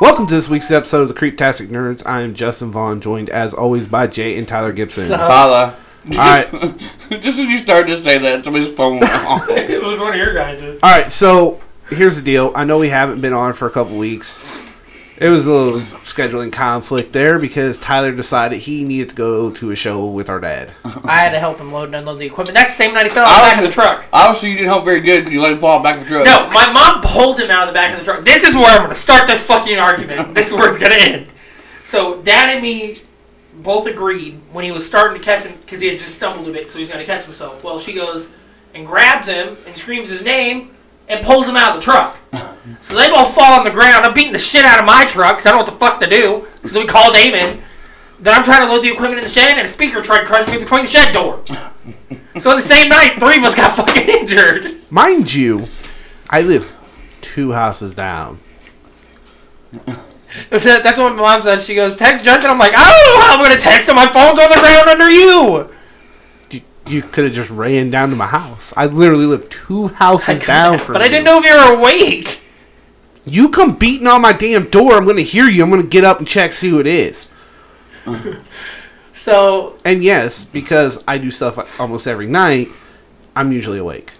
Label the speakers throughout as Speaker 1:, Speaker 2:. Speaker 1: Welcome to this week's episode of the Creeptastic Nerds. I am Justin Vaughn, joined as always by Jay and Tyler Gibson.
Speaker 2: So-
Speaker 3: Holla.
Speaker 1: All right, all
Speaker 3: Just as you started to say that, somebody's phone went off.
Speaker 2: it was one of your guys'.
Speaker 1: right. So here's the deal. I know we haven't been on for a couple weeks. It was a little scheduling conflict there because Tyler decided he needed to go to a show with our dad.
Speaker 2: I had to help him load and unload the equipment. That's the same night he fell
Speaker 3: I
Speaker 2: out the back of
Speaker 3: was-
Speaker 2: the truck.
Speaker 3: Obviously, you didn't help very good because you let him fall back of the truck.
Speaker 2: No, my mom pulled him out of the back of the truck. This is where I'm going to start this fucking argument. This is where it's going to end. So, Dad and me both agreed when he was starting to catch him because he had just stumbled a bit, so he's going to catch himself. Well, she goes and grabs him and screams his name and pulls him out of the truck. So they both fall on the ground. I'm beating the shit out of my truck because I don't know what the fuck to do. So then we call Damon. Then I'm trying to load the equipment in the shed, and a speaker tried to crush me between the shed door. so on the same night, three of us got fucking injured.
Speaker 1: Mind you, I live two houses down.
Speaker 2: That- That's what my mom said. She goes, text Justin. I'm like, I don't know how I'm going to text him. My phone's on the ground under you.
Speaker 1: You, you could have just ran down to my house. I literally live two houses down from
Speaker 2: but I
Speaker 1: you.
Speaker 2: didn't know if you were awake.
Speaker 1: You come beating on my damn door. I'm gonna hear you. I'm gonna get up and check see who it is.
Speaker 2: So,
Speaker 1: And yes, because I do stuff almost every night, I'm usually awake.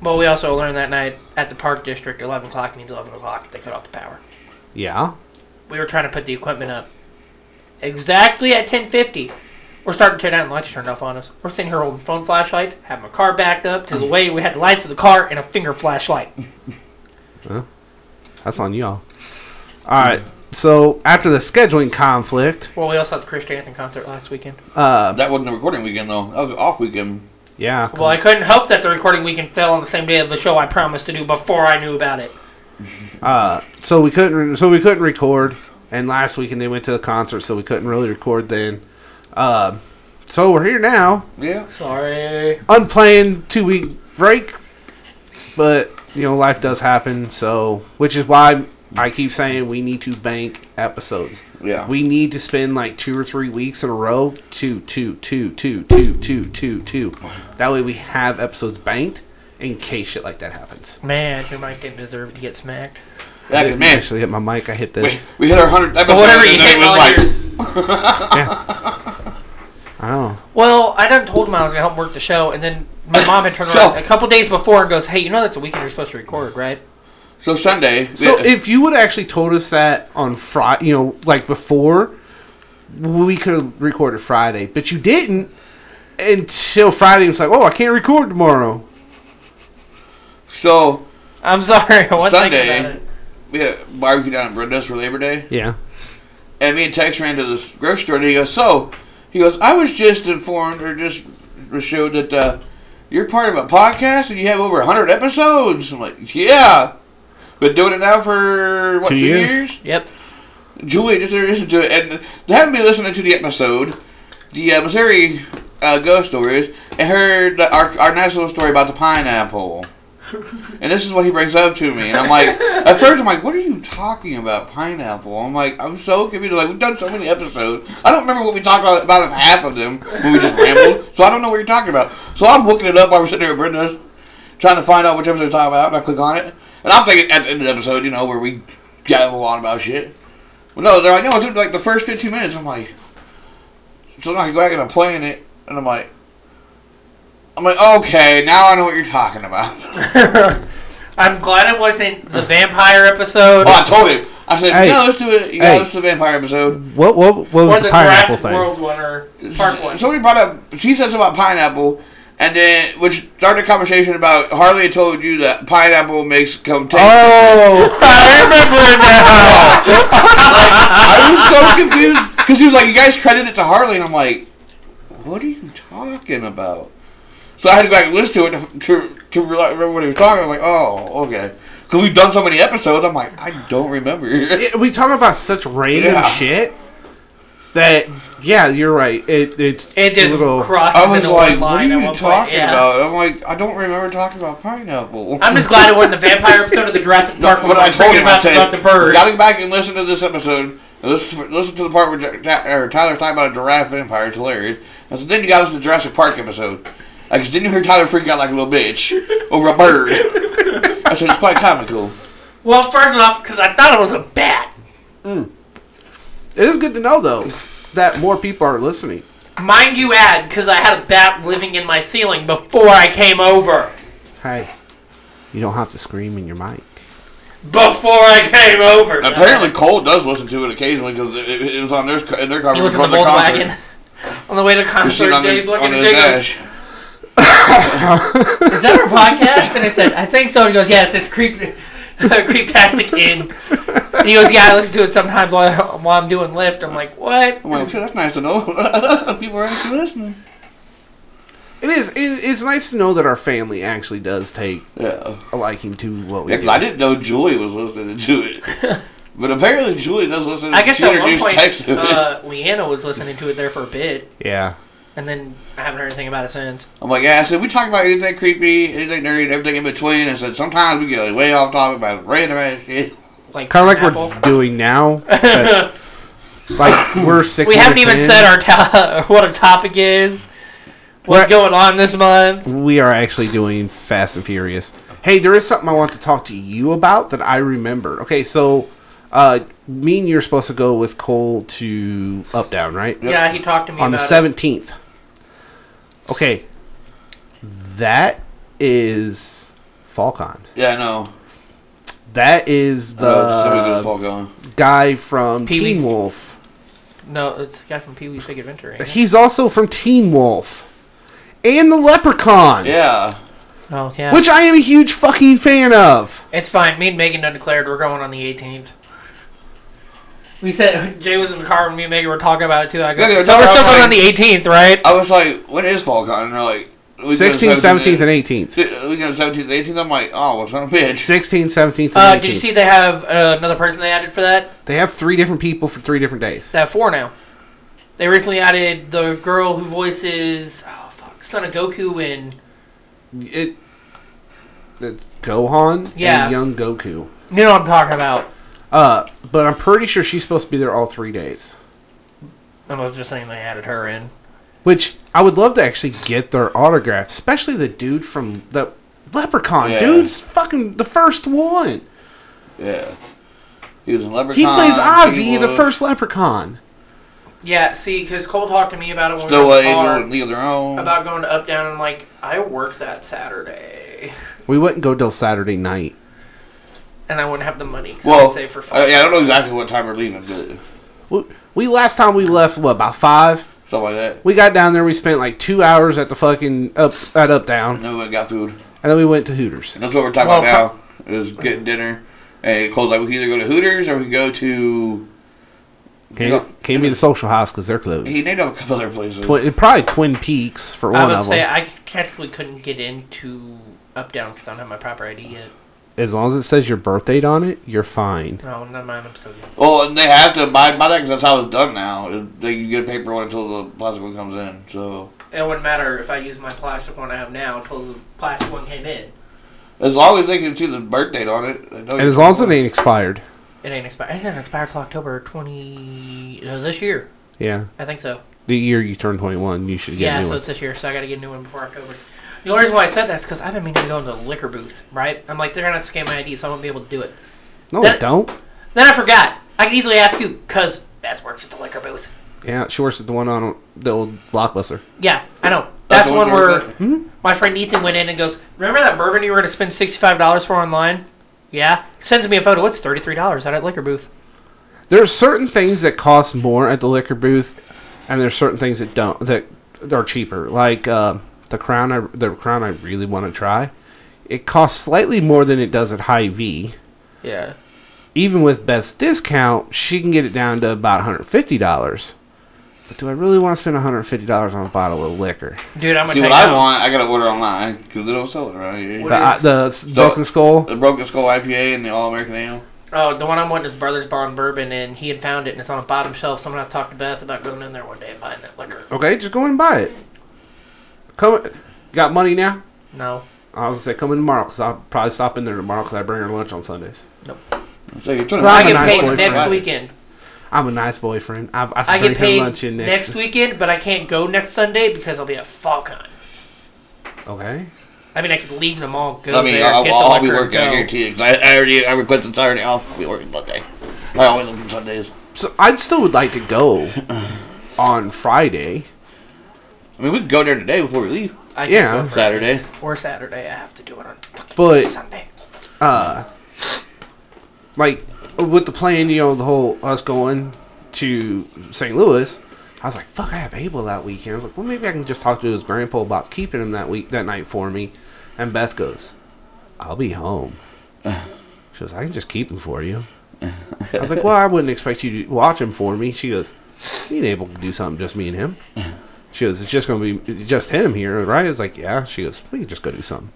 Speaker 2: well, we also learned that night at the park district, 11 o'clock means 11 o'clock. They cut off the power.
Speaker 1: Yeah.
Speaker 2: We were trying to put the equipment up exactly at 10.50. We're starting to tear down. The lights turned off on us. We're sitting here holding phone flashlights, having my car backed up to the way we had the lights of the car and a finger flashlight.
Speaker 1: That's on y'all. Alright. So after the scheduling conflict,
Speaker 2: Well, we also had the Christian Anthony concert last weekend.
Speaker 1: uh
Speaker 3: That wasn't a recording weekend, though. That was an off weekend.
Speaker 1: yeah.
Speaker 2: Well, I couldn't help that the recording weekend fell on the same day of the show I promised to do before I knew about it.
Speaker 1: Uh so we couldn't so we couldn't record and last weekend they went to the concert so we couldn't really record then. Uh, so we're here now.
Speaker 3: Yeah.
Speaker 2: Sorry.
Speaker 1: unplanned two week break, but you know life does happen. So, which is why I keep saying we need to bank episodes.
Speaker 3: Yeah.
Speaker 1: We need to spend like two or three weeks in a row. Two, two, two, two, two, two, two, two. That way we have episodes banked in case shit like that happens.
Speaker 2: Man, your mic didn't deserve to get smacked.
Speaker 3: Yeah, 'cause, man,
Speaker 1: Actually, hit my mic. I hit
Speaker 3: we,
Speaker 1: this.
Speaker 3: we hit our 100th episode.
Speaker 2: But whatever you
Speaker 3: and
Speaker 2: hit
Speaker 3: then it was
Speaker 2: all
Speaker 3: like-
Speaker 2: yours.
Speaker 1: I don't know.
Speaker 2: Well, I done told him I was gonna help work the show, and then my mom had turned
Speaker 3: So-
Speaker 2: around a couple days before and goes, "Hey, you know that's a weekend you're supposed to record, right?"
Speaker 3: So Sunday.
Speaker 1: So
Speaker 3: yeah,
Speaker 1: if you would have actually told us that on Friday, you know, like before, we could have recorded Friday, but you didn't until Friday. It was like, oh, I can't record tomorrow.
Speaker 3: so
Speaker 2: I'm sorry, I wasn't thinking
Speaker 3: Sunday.
Speaker 2: about it.
Speaker 3: we had a barbecue down at Brenda's for Labor Day.
Speaker 1: Yeah.
Speaker 3: And me and Tex ran to the grocery store and he goes, So, he goes, I was just informed or just was showed that uh, you're part of a podcast and you have over 100 episodes. I'm like, Yeah. Been doing it now for, what,
Speaker 1: Two
Speaker 3: two,
Speaker 1: years.
Speaker 3: years?
Speaker 2: Yep.
Speaker 3: Julie just listened to it. And they haven't been listening to the episode, the uh, Missouri uh, ghost stories, and heard the, our, our nice little story about the pineapple. And this is what he brings up to me, and I'm like, at first I'm like, what are you talking about, pineapple? I'm like, I'm so confused. Like we've done so many episodes, I don't remember what we talked about, about in half of them when we just rambled. So I don't know what you're talking about. So I'm looking it up while we're sitting there at Brenda's, trying to find out which episode we're talking about, and I click on it, and I'm thinking at the end of the episode, you know, where we gavel on about shit. Well, no, they're like, no, dude, like the first 15 minutes, I'm like, so then I go back and I'm playing it, and I'm like, I'm like, okay, now I know what you're talking about.
Speaker 2: I'm glad it wasn't the vampire episode
Speaker 3: Well, I told him. I said,
Speaker 1: Hey.
Speaker 3: no, let's do it. You
Speaker 1: Hey.
Speaker 3: know, let's do the vampire episode.
Speaker 1: What what what was
Speaker 2: or
Speaker 1: the,
Speaker 2: the
Speaker 1: pineapple
Speaker 2: Jurassic
Speaker 1: thing?
Speaker 2: World one or Park one.
Speaker 3: Somebody brought up, she said something about pineapple, and then, which started a conversation about Harley had told you that pineapple makes come taste.
Speaker 1: Oh, I remember now.
Speaker 3: I was so confused because he was like, "You guys credit it to Harley," and I'm like, "What are you talking about?" So I had to go back and listen to it to to re- remember what he was talking. I'm like, "Oh, okay," because we've done so many episodes. I'm like, I don't remember.
Speaker 1: Yeah, we talk about such random
Speaker 3: Yeah.
Speaker 1: shit that yeah, you're right. It it's
Speaker 2: It
Speaker 1: a
Speaker 2: just
Speaker 1: little-
Speaker 2: crosses
Speaker 3: I was
Speaker 2: into
Speaker 3: like,
Speaker 2: one
Speaker 3: "What are
Speaker 2: line at
Speaker 3: you
Speaker 2: one point.
Speaker 3: talking
Speaker 2: Yeah.
Speaker 3: about?" I'm like, "I don't remember talking about pineapple."
Speaker 2: I'm just glad it wasn't the vampire episode of the Jurassic Park
Speaker 3: That's
Speaker 2: one.
Speaker 3: what I told him. I
Speaker 2: about,
Speaker 3: said,
Speaker 2: about the bird.
Speaker 3: "You gotta go back and listen to this episode. and Listen, listen to the part where Ja- Ja- or Tyler's talking about a giraffe vampire. It's hilarious. And so then you gotta listen to the Jurassic Park episode. Because then you hear Tyler freak out like a little bitch over a bird. I said, it's quite comical.
Speaker 2: Well, first off, because I thought it was a bat.
Speaker 1: It is good to know though that more people are listening.
Speaker 2: Mind you, add because I had a bat living in my ceiling before I came over.
Speaker 1: Hey, you don't have to scream in your mic.
Speaker 2: Before I came over.
Speaker 3: Apparently, Cole does listen to it occasionally because it, it, it was on their sc- in their cover
Speaker 2: He was in
Speaker 3: before
Speaker 2: the
Speaker 3: their concert.
Speaker 2: Volkswagen on the way to
Speaker 3: You see it
Speaker 2: concert.
Speaker 3: on
Speaker 2: Dave
Speaker 3: his,
Speaker 2: looking
Speaker 3: on
Speaker 2: at
Speaker 3: his
Speaker 2: Jay goes,
Speaker 3: dash.
Speaker 2: "Is that our podcast?" And I said, "I think so." And he goes, "Yes, it's creep, creeptastic in." And he goes, "Yeah, I listen to it sometimes while, while I'm doing Lyft." I'm like, "What?"
Speaker 3: I'm like, shit, that's nice to know. People are actually listening.
Speaker 1: It is. It, it's nice to know that our family actually does take
Speaker 3: Yeah.
Speaker 1: a liking to what we
Speaker 3: Yeah, 'cause
Speaker 1: do.
Speaker 3: I didn't know Julie was listening to it. But apparently, Julie does listen to it.
Speaker 2: I guess
Speaker 3: she
Speaker 2: at one
Speaker 3: introduced Tex
Speaker 2: point,
Speaker 3: to it.
Speaker 2: uh, Leanna was listening to it there for a bit,
Speaker 1: Yeah.
Speaker 2: and then I haven't heard anything about it since.
Speaker 3: I'm like, yeah, I said, we talk about anything creepy, anything nerdy, and everything in between. And said, sometimes we get like, way off topic about random ass shit.
Speaker 2: Like,
Speaker 1: Kind of like
Speaker 2: pineapple.
Speaker 1: we're doing now. but, like we're six.
Speaker 2: we haven't
Speaker 1: minutes
Speaker 2: even
Speaker 1: in.
Speaker 2: said our to- what our topic is. What's
Speaker 1: Right.
Speaker 2: going on this month?
Speaker 1: we are actually doing Fast and Furious. Hey, there is something I want to talk to you about that I remembered. Okay, so uh, me and you're supposed to go with Cole to Up Down, right?
Speaker 2: Yeah, he talked to me
Speaker 1: On the
Speaker 2: about it.
Speaker 1: seventeenth. Okay, that is Falcon.
Speaker 3: Yeah, I know.
Speaker 1: That is the
Speaker 3: Uh, somebody goes fall gone.
Speaker 1: guy from
Speaker 2: Pee-wee.
Speaker 1: Teen Wolf.
Speaker 2: No, it's the guy from Pee Wee's Big Adventure. Ain't it?
Speaker 1: He's also from Teen Wolf and the Leprechaun,
Speaker 3: Yeah.
Speaker 2: Oh yeah,
Speaker 1: which I am a huge fucking fan of.
Speaker 2: it's fine. Me and Megan done declared we're going on the 18th. We said Jay was in the car when me and Megan were talking about it too. I go,
Speaker 3: Yeah, they're
Speaker 2: so we're
Speaker 3: talking
Speaker 2: still going
Speaker 3: about,
Speaker 2: on the 18th, right?
Speaker 3: I was like, when is fall gone? And they're like, we go
Speaker 1: 16th, 17th, and 18th.
Speaker 3: We go 17th, 18th. I'm like, oh, well, son of a bitch.
Speaker 1: 16, 17, and
Speaker 2: Uh,
Speaker 1: 18.
Speaker 2: did you see they have uh, another person they added for that?
Speaker 1: They have three different people for three different days.
Speaker 2: They have four now. They recently added the girl who voices oh fuck, son of Goku in
Speaker 1: It, it's Gohan
Speaker 2: Yeah.
Speaker 1: and young Goku.
Speaker 2: you know what I'm talking about.
Speaker 1: Uh, but I'm pretty sure she's supposed to be there all three days.
Speaker 2: I was just saying they added her in.
Speaker 1: Which I would love to actually get their autograph, especially the dude from the Leprechaun.
Speaker 3: Yeah.
Speaker 1: Dude's fucking the first one.
Speaker 3: Yeah. He was in Leprechaun.
Speaker 1: He plays Ozzy,
Speaker 3: Teen
Speaker 1: in the
Speaker 3: Wolf,
Speaker 1: first Leprechaun.
Speaker 2: Yeah, see, because Cole talked to me about it when we
Speaker 3: Snow
Speaker 2: were
Speaker 3: White,
Speaker 2: in the car,
Speaker 3: or League of Their Own.
Speaker 2: about going to up down. and I'm like, I work that Saturday,
Speaker 1: We wouldn't go till Saturday night.
Speaker 2: and I wouldn't have the money. Cause
Speaker 3: well,
Speaker 2: I'd save for fun.
Speaker 3: I, yeah, I don't know exactly what time we're leaving, but
Speaker 1: We, we last time we left what about five?
Speaker 3: stuff like that.
Speaker 1: We got down there. We spent like two hours at the fucking up at up down.
Speaker 3: And then we got food.
Speaker 1: And then we went to Hooters.
Speaker 3: And that's what we're talking
Speaker 2: Well,
Speaker 3: about now. Is getting dinner. And Cole's like, we can either go to Hooters or we can go to.
Speaker 1: Can't,
Speaker 3: Yeah.
Speaker 1: can't be the social house because they're closed.
Speaker 3: He named up a couple other places.
Speaker 1: Twi- probably Twin Peaks for
Speaker 2: I
Speaker 1: one
Speaker 2: would
Speaker 1: of
Speaker 2: say
Speaker 1: them.
Speaker 2: I technically couldn't get into up down because I don't have my proper ID yet.
Speaker 1: As long as it says your birth date on it, you're fine.
Speaker 2: No, never mind. I'm still good.
Speaker 3: Well, and they have to abide by that because that's how it's done now. is They you get a paper one until the plastic one comes in. So
Speaker 2: It wouldn't matter if I used my plastic one I have now until the plastic one came in.
Speaker 3: as long as they can see the birth date on it, they know
Speaker 1: And as long as it ain't expired.
Speaker 2: It ain't expired. It didn't expire till October 20 uh, this year.
Speaker 1: Yeah.
Speaker 2: I think so.
Speaker 1: The year you turn 21, you should get
Speaker 2: Yeah,
Speaker 1: a new
Speaker 2: so
Speaker 1: one.
Speaker 2: it's this year, so I got to get a new one before October. The only reason why I said that is because I've been meaning to go into the liquor booth, right? I'm like, they're gonna have to scan my ID, so I won't be able to do it.
Speaker 1: no,
Speaker 2: that-
Speaker 1: don't.
Speaker 2: Then I forgot. I could easily ask you, cause Beth works at the liquor booth.
Speaker 1: Yeah, she works at the one on the old Blockbuster.
Speaker 2: Yeah, I know. That's
Speaker 3: That's the
Speaker 2: one
Speaker 3: one
Speaker 2: where
Speaker 3: where-
Speaker 2: my friend Ethan went in and goes, "Remember that bourbon you were gonna spend sixty five dollars for online?" Yeah. Sends me a photo. What's thirty three dollars out at liquor booth?
Speaker 1: There are certain things that cost more at the liquor booth, and there's certain things that don't that are cheaper. Like uh, the crown, I, the crown I really want to try. It costs slightly more than it does at High V.
Speaker 2: Yeah.
Speaker 1: even with Beth's discount, she can get it down to about $150. But do I really want to spend $150 on a bottle of liquor?
Speaker 2: Dude, I'm gonna
Speaker 3: See
Speaker 2: tell
Speaker 3: what
Speaker 2: you
Speaker 3: I
Speaker 2: now.
Speaker 3: want, I gotta order online because they don't sell it right here.
Speaker 1: The,
Speaker 2: What
Speaker 1: uh,
Speaker 2: is-
Speaker 1: the s- Broken Skull?
Speaker 3: The Broken Skull IPA and the All American Ale.
Speaker 2: Oh, the one I'm wanting is Brothers Bond Bourbon, and he had found it, and it's on the bottom shelf. So I'm gonna have to talk to Beth about going in there one day and buying that liquor.
Speaker 1: Okay, just go and buy it. Come, Got money now?
Speaker 2: No.
Speaker 1: I was going to say, come in tomorrow because I'll probably stop in there tomorrow because I bring her lunch on Sundays.
Speaker 3: So you're twenty-
Speaker 1: Well,
Speaker 2: I
Speaker 1: I'm a
Speaker 2: get
Speaker 1: nice
Speaker 2: paid
Speaker 1: boyfriend.
Speaker 2: next
Speaker 3: Right.
Speaker 2: weekend.
Speaker 1: I'm a nice boyfriend. I, I,
Speaker 2: I
Speaker 1: bring
Speaker 2: get paid
Speaker 1: her lunch in
Speaker 2: next.
Speaker 1: next.
Speaker 2: weekend, but I can't go next Sunday because I'll be at FalCon.
Speaker 1: Okay.
Speaker 2: I mean, I could leave them all. Go
Speaker 3: I mean,
Speaker 2: there,
Speaker 3: I'll,
Speaker 2: get
Speaker 3: I'll,
Speaker 2: the
Speaker 3: be
Speaker 2: liquor,
Speaker 3: working. I
Speaker 2: go.
Speaker 3: guarantee you. 'cause I, I already I requested Saturday off. I'll be working Monday. I always work on Sundays.
Speaker 1: So I'd still would like to go on Friday.
Speaker 3: I mean, we could go there today before we leave.
Speaker 2: I could
Speaker 1: Yeah.
Speaker 2: go for-
Speaker 3: Saturday.
Speaker 2: or Saturday. I have to do it on fucking
Speaker 1: But-
Speaker 2: Sunday.
Speaker 1: Uh, like with the plan, you know, the whole us going to St. Louis. I was like, "Fuck, I have Abel that weekend." I was like, "Well, maybe I can just talk to his grandpa about keeping him that week, that night for me." And Beth goes, "I'll be home." She goes, "I can just keep him for you." I was like, "Well, I wouldn't expect you to watch him for me." She goes, "Me and Abel can do something, just me and him." She goes, "It's just gonna be just him here, right?" I was like, "Yeah." She goes, "We can just go do something."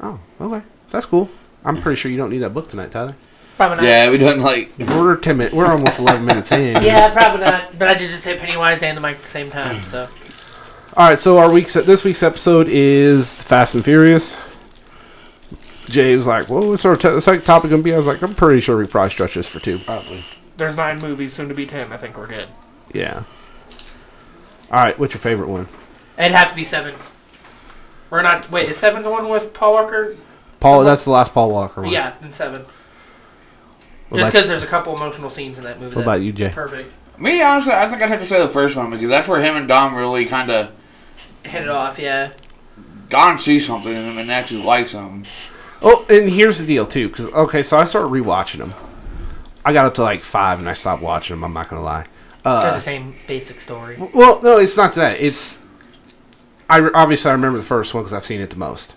Speaker 1: Oh, okay. That's cool. I'm pretty sure you don't need that book tonight, Tyler.
Speaker 2: Probably not.
Speaker 3: Yeah, we done like.
Speaker 1: We're ten minutes. We're almost eleven minutes in.
Speaker 2: Yeah, probably not. But I did just hit Pennywise and the mic at the same time, so
Speaker 1: All right. So our week's this week's episode is Fast and Furious. Jay was like, "Well, what's our t- second topic gonna be?" I was like, "I'm pretty sure we probably stretch this for two, probably."
Speaker 2: there's nine movies, soon to be ten. I think we're good.
Speaker 1: Yeah. All right. What's your favorite one?
Speaker 2: It'd have to be seven. We're not. Wait, is seven the one with Paul Walker?
Speaker 1: Paul. That's the last Paul Walker one.
Speaker 2: Yeah, in seven.
Speaker 1: What
Speaker 2: Just
Speaker 1: about,
Speaker 2: because there's a couple emotional scenes in that movie.
Speaker 1: what
Speaker 2: that-
Speaker 1: about you, Jay?
Speaker 2: Perfect.
Speaker 3: Me, honestly, I think I'd have to say the first one because that's where him and Dom really kind of.
Speaker 2: Hit it off, yeah.
Speaker 3: Don sees something in him and actually likes him.
Speaker 1: Oh, and here's the deal too. Because okay, so I started rewatching them. I got up to like five and I stopped watching them. I'm not gonna lie.
Speaker 2: They're
Speaker 1: Uh,
Speaker 2: the same basic story.
Speaker 1: Well, no, it's not that. It's I re- obviously I remember the first one because I've seen it the most.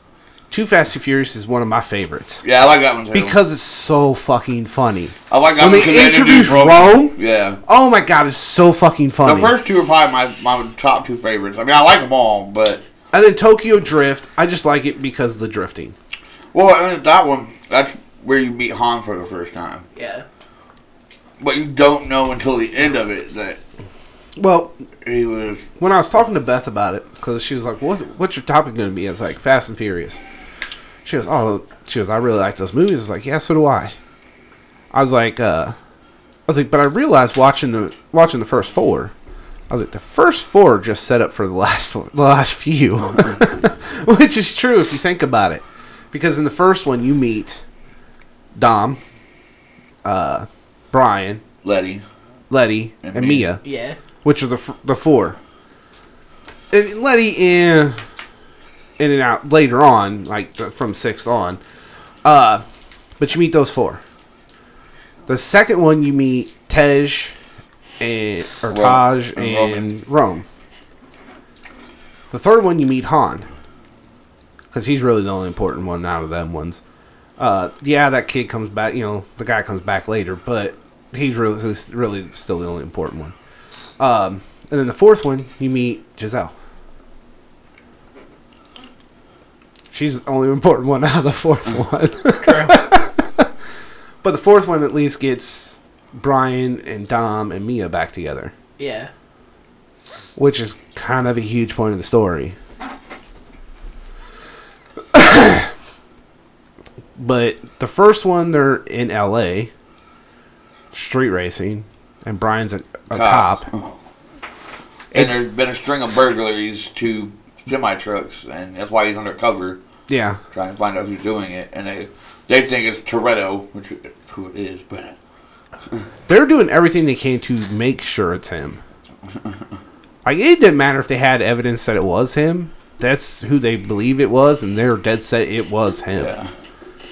Speaker 1: Too Fast and Furious is one of my favorites
Speaker 3: Yeah, I like that one too.
Speaker 1: because it's so fucking funny.
Speaker 3: I like that
Speaker 1: when
Speaker 3: one
Speaker 1: they
Speaker 3: because they
Speaker 1: introduced
Speaker 3: introduced
Speaker 1: Rome,
Speaker 3: Yeah.
Speaker 1: oh my god, it's so fucking
Speaker 3: The
Speaker 1: funny.
Speaker 3: first two are probably my, my top two favorites. I mean, I like them all, but
Speaker 1: and then Tokyo Drift, I just like it because of the drifting.
Speaker 3: well, and that one that's where you meet Han for the first time,
Speaker 2: Yeah.
Speaker 3: but you don't know until the end of it that
Speaker 1: Well,
Speaker 3: he was.
Speaker 1: when I was talking to Beth about it, because she was like, "What? What's your topic going to be?" I was like, "Fast and Furious." She goes, "Oh, she goes, I really like those movies." I was like, "Yeah, so do I." I was like, uh, "I was like, but I realized watching the watching the first four, I was like, the first four are just set up for the last one, the last few, which is true if you think about it, because in the first one you meet Dom, uh, Brian,
Speaker 3: Letty.
Speaker 1: Letty,
Speaker 3: And
Speaker 1: and
Speaker 3: me.
Speaker 1: Mia
Speaker 2: Yeah.
Speaker 1: which are the f- the four. And Letty in in and out later on, like the, from sixth on. Uh, but you meet those four. The second one you meet Tej and or
Speaker 3: Rome.
Speaker 1: Taj
Speaker 3: And
Speaker 1: and Rome. The third one you meet Han because he's really the only important one out of them ones. Uh, yeah, that kid comes back. You know, the guy comes back later, but he's really, really still the only important one. Um, and then the fourth one, you meet Giselle. She's the only important one out of the fourth one. Mm. but the fourth one at least gets Brian and Dom and Mia back together,
Speaker 2: Yeah.
Speaker 1: which is kind of a huge point of the story. but the first one, they're in L.A. street racing, and Brian's a, a cop.
Speaker 3: And there's been a string of burglaries to semi trucks, and that's why he's undercover
Speaker 1: Yeah.
Speaker 3: trying to find out who's doing it. And they they think it's Toretto, which is who it is, but
Speaker 1: they're doing everything they can to make sure it's him. Like it didn't matter if they had evidence that it was him. That's who they believe it was, and they're dead set it was him.
Speaker 3: yeah.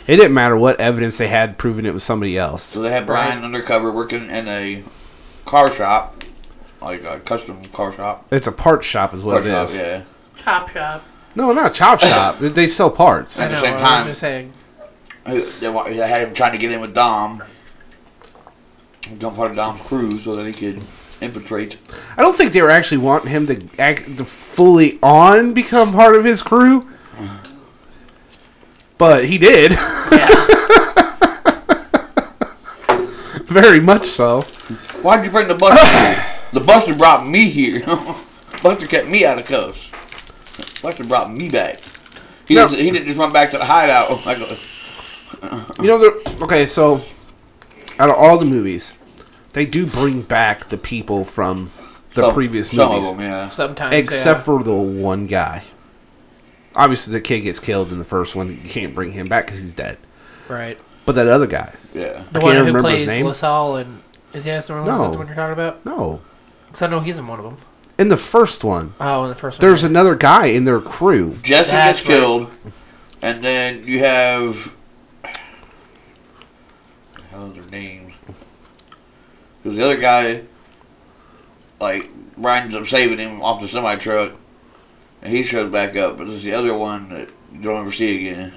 Speaker 1: It didn't matter what evidence they had proving it was somebody else.
Speaker 3: So they had Brian undercover working in a car shop, like a custom car shop.
Speaker 1: It's a part shop, is what
Speaker 3: Car
Speaker 1: it
Speaker 3: shop,
Speaker 1: is.
Speaker 3: yeah.
Speaker 2: Chop shop.
Speaker 1: No, not a chop shop. they sell parts.
Speaker 3: At the
Speaker 2: No,
Speaker 3: same
Speaker 2: I'm
Speaker 3: time.
Speaker 2: just saying.
Speaker 3: Who- They, wa- they had him trying to get in with Dom. Jump part of Dom's crew so that he could infiltrate.
Speaker 1: I don't think they were actually wanting him to act to fully on become part of his crew, but he did.
Speaker 2: Yeah.
Speaker 1: Very much so.
Speaker 3: Why'd you bring the buster? here? the buster brought me here. buster kept me out of cuffs. Buster brought me back. He,
Speaker 1: No.
Speaker 3: didn't, he didn't just run back to the hideout. Like uh, a,
Speaker 1: You know, they're- okay, so out of all the movies, they do bring back the people from the
Speaker 3: some-
Speaker 1: previous
Speaker 3: some
Speaker 1: movies,
Speaker 3: of them, yeah.
Speaker 2: uh, Sometimes.
Speaker 1: except
Speaker 2: yeah.
Speaker 1: for the one guy. obviously the kid gets killed in the first one. You can't bring him back because he's dead.
Speaker 4: Right.
Speaker 1: But that other guy,
Speaker 3: Yeah.
Speaker 4: The
Speaker 1: I can't
Speaker 4: one who
Speaker 1: remember
Speaker 4: plays
Speaker 1: his name.
Speaker 4: LaSalle and is he Astor Is that
Speaker 1: No.
Speaker 4: the one you're talking about?
Speaker 1: no.
Speaker 4: Because I know he's in one of them.
Speaker 1: In the first one,
Speaker 4: Oh, in the first one.
Speaker 1: there's another guy in their crew.
Speaker 3: Jesse
Speaker 4: That's
Speaker 3: gets killed, and then you have. How's their names? Because the other guy, like, winds up saving him off the semi truck, and he shows back up, but there's the other one that you don't ever see again.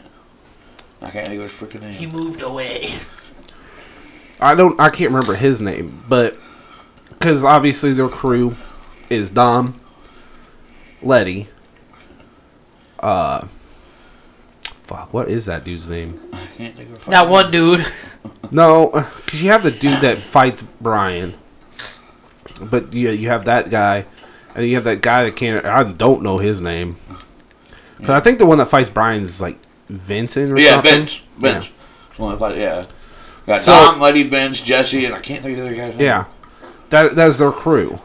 Speaker 3: I can't think of his freaking name.
Speaker 2: He moved away.
Speaker 1: I don't. I can't remember his name, but because obviously their crew is Dom, Letty. Uh, fuck. What is that dude's name?
Speaker 3: I can't think of his
Speaker 4: that
Speaker 3: fucking
Speaker 4: one dude.
Speaker 1: No, because you have the dude that fights Brian, but yeah, you have that guy, and you have that guy that can't. I don't know his name. 'Cause I think the one that fights Brian is like Vincent or
Speaker 3: name. Yeah,
Speaker 1: something.
Speaker 3: Vince. Vince. Yeah. One of the fight, yeah. Got
Speaker 1: So-
Speaker 3: Dom, Letty, Vince, Jesse, and I can't think of the other guy's name.
Speaker 1: Yeah, that that's their crew,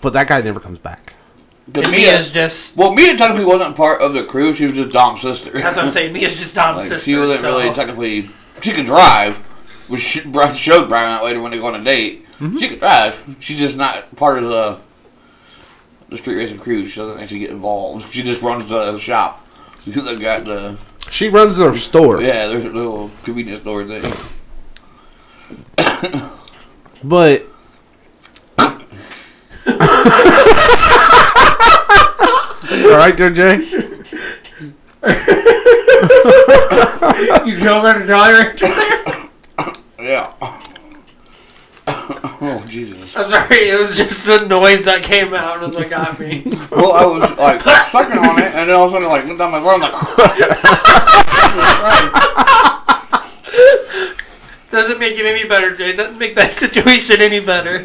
Speaker 1: but that guy never comes back.
Speaker 3: The
Speaker 4: And
Speaker 3: Mia-
Speaker 4: Mia's just.
Speaker 3: Well, Mia technically wasn't part of the crew. She was just Dom's sister.
Speaker 2: That's what I'm saying. Mia's just Dom's
Speaker 3: Like,
Speaker 2: sister.
Speaker 3: She wasn't
Speaker 2: so-
Speaker 3: really technically. She could drive, which she, Brian showed Brian that later when they go on a date. She could drive. She's just not part of the the street racing crew. She doesn't actually get involved. She just runs the shop. Because they've got the
Speaker 1: She runs their store,
Speaker 3: yeah, there's a little convenience store thing.
Speaker 1: but all right, there, Jay.
Speaker 2: You drove her to drawing right there?
Speaker 3: Yeah. oh Jesus.
Speaker 2: I'm sorry, it was just the noise that came out. It was what got me.
Speaker 3: Well, I was like sucking on it, and then all of a sudden, like looked down my phone, like.
Speaker 2: Doesn't make it any better, Jay. Doesn't make that situation any better.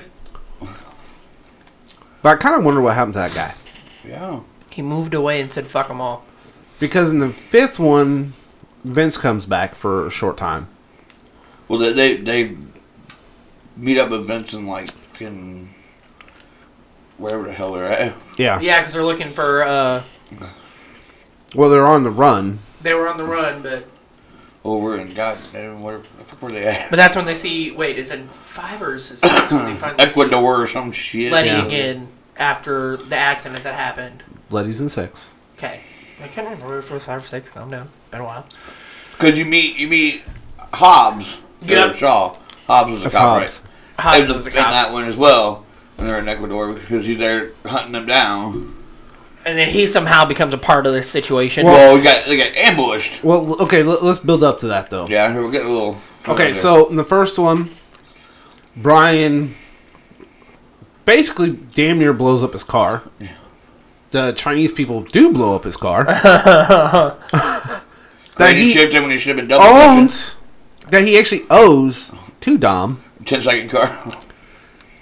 Speaker 1: But I kind of wonder what happened to that guy
Speaker 3: yeah.
Speaker 4: He moved away and said, fuck them all.
Speaker 1: because in the fifth one, Vince comes back for a short time.
Speaker 3: Well, they they, they meet up with Vince in like fucking wherever the hell they're at.
Speaker 1: Yeah.
Speaker 2: Yeah, because they're looking for. uh
Speaker 1: Well, they're on the run.
Speaker 2: They were on the run, but
Speaker 3: Over and God, damn, where the fuck were they at?
Speaker 2: but that's when they see. Wait, is it five or is it six when they finally see
Speaker 3: Ecuador or some shit.
Speaker 2: Letty
Speaker 1: Yeah.
Speaker 2: again after the accident that happened?
Speaker 1: Letty's in six.
Speaker 2: Okay, I can't remember if it was five or six. Calm down. Been a while.
Speaker 3: Because you meet you meet Hobbs.
Speaker 2: Yeah.
Speaker 3: Yeah. Shaw. Hobbs is a
Speaker 1: That's
Speaker 3: cop,
Speaker 1: Hobbs.
Speaker 3: right?
Speaker 2: Hobbs
Speaker 3: And
Speaker 2: was a
Speaker 3: in
Speaker 2: cop,
Speaker 3: that one as well. And they're in Ecuador because he's there hunting them down.
Speaker 2: and then he somehow becomes a part of this situation.
Speaker 3: Well, we got they got ambushed.
Speaker 1: Well, l- okay, let, let's build up to that though.
Speaker 3: Yeah, here we get a little.
Speaker 1: Okay, so in the first one, Brian basically damn near blows up his car. The Chinese people do blow up his car that
Speaker 3: Crazy
Speaker 1: he
Speaker 3: shipped him when he should have been double. shipped.
Speaker 1: owns, that he actually owes to Dom.
Speaker 3: Ten second car.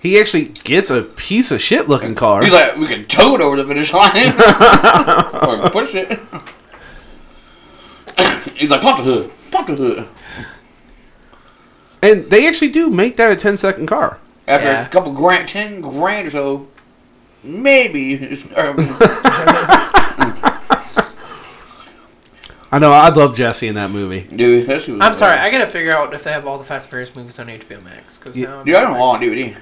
Speaker 1: He actually gets a piece of shit looking car.
Speaker 3: He's like, we can tow it over the finish line or push it. He's like, pop the hood, pop the hood.
Speaker 1: and they actually do make that a 10 second car.
Speaker 3: After
Speaker 2: Yeah.
Speaker 3: a couple grand, ten grand or so, maybe. Um, or-
Speaker 1: I know, I love Jesse in that movie.
Speaker 3: Dude, that's what-
Speaker 4: I'm sorry, I gotta figure out if they have all the Fast and Furious movies on HBO Max. Cause
Speaker 1: Yeah.
Speaker 4: now I'm-
Speaker 3: Dude, I don't want DVD.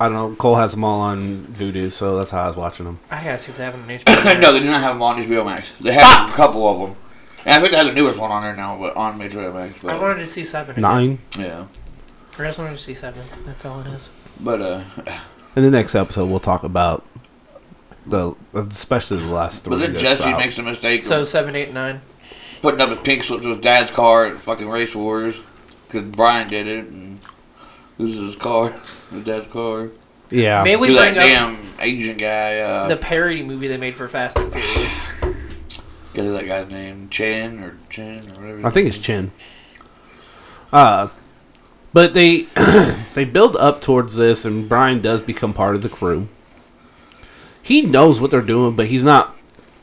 Speaker 1: I don't know, Cole has them all on Voodoo, so that's how I was watching them.
Speaker 4: I gotta see if they have them on HBO Max.
Speaker 3: no, they do not have them on HBO Max. They have a couple of them. And I think they have the newest one on there now, but on HBO Max.
Speaker 4: I
Speaker 3: But,
Speaker 4: wanted to see seven. again.
Speaker 1: Nine.
Speaker 3: yeah,
Speaker 4: I just wanted to see seven. That's all it is.
Speaker 3: but uh,
Speaker 1: In the next episode, we'll talk about the especially the last three.
Speaker 3: but then
Speaker 1: that's
Speaker 3: Jesse
Speaker 1: out.
Speaker 3: makes a mistake.
Speaker 4: So seven, eight, nine.
Speaker 3: putting up his pink slips with dad's car at fucking Race Wars because Brian did it and this is his car, his dad's car.
Speaker 1: yeah.
Speaker 4: May we
Speaker 3: Do that
Speaker 4: bring up
Speaker 3: damn Asian guy, uh,
Speaker 4: the parody movie they made for Fast and Furious?
Speaker 3: get that guy's name, Chan or Chin or whatever.
Speaker 1: I think it's Chin. Uh, but they they build up towards this, and Brian does become part of the crew. He knows what they're doing, but he's not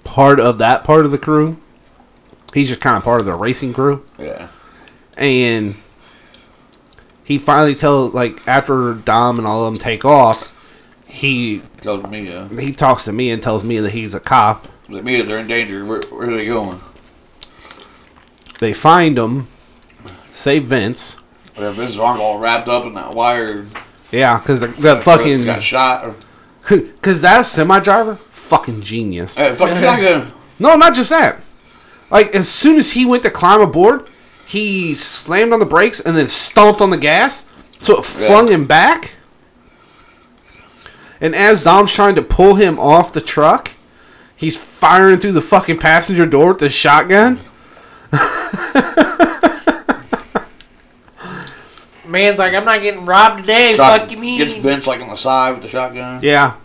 Speaker 1: part of that part of the crew. He's just kind of part of the racing crew,
Speaker 3: yeah.
Speaker 1: and he finally tells like after Dom and all of them take off, he
Speaker 3: Tells me, uh,
Speaker 1: he talks to me and tells me that he's a cop
Speaker 3: Does it mean that they're in danger? Where, where are they going?
Speaker 1: They find him, save Vince.
Speaker 3: Or if his arm all wrapped up in that wire,
Speaker 1: Yeah, because the, the
Speaker 3: that
Speaker 1: fucking
Speaker 3: got shot. Or,
Speaker 1: because that semi driver fucking genius.
Speaker 3: hey, fucking shotgun.
Speaker 1: No, not just that. Like as soon as he went to climb aboard, he slammed on the brakes and then stomped on the gas, so it flung him back. And as Dom's trying to pull him off the truck, he's firing through the fucking passenger door with the shotgun.
Speaker 4: Man's like, I'm not getting robbed today.
Speaker 3: Shot-
Speaker 4: Fuck you, mean.
Speaker 3: Gets Vince like on the side with the shotgun.
Speaker 1: Yeah.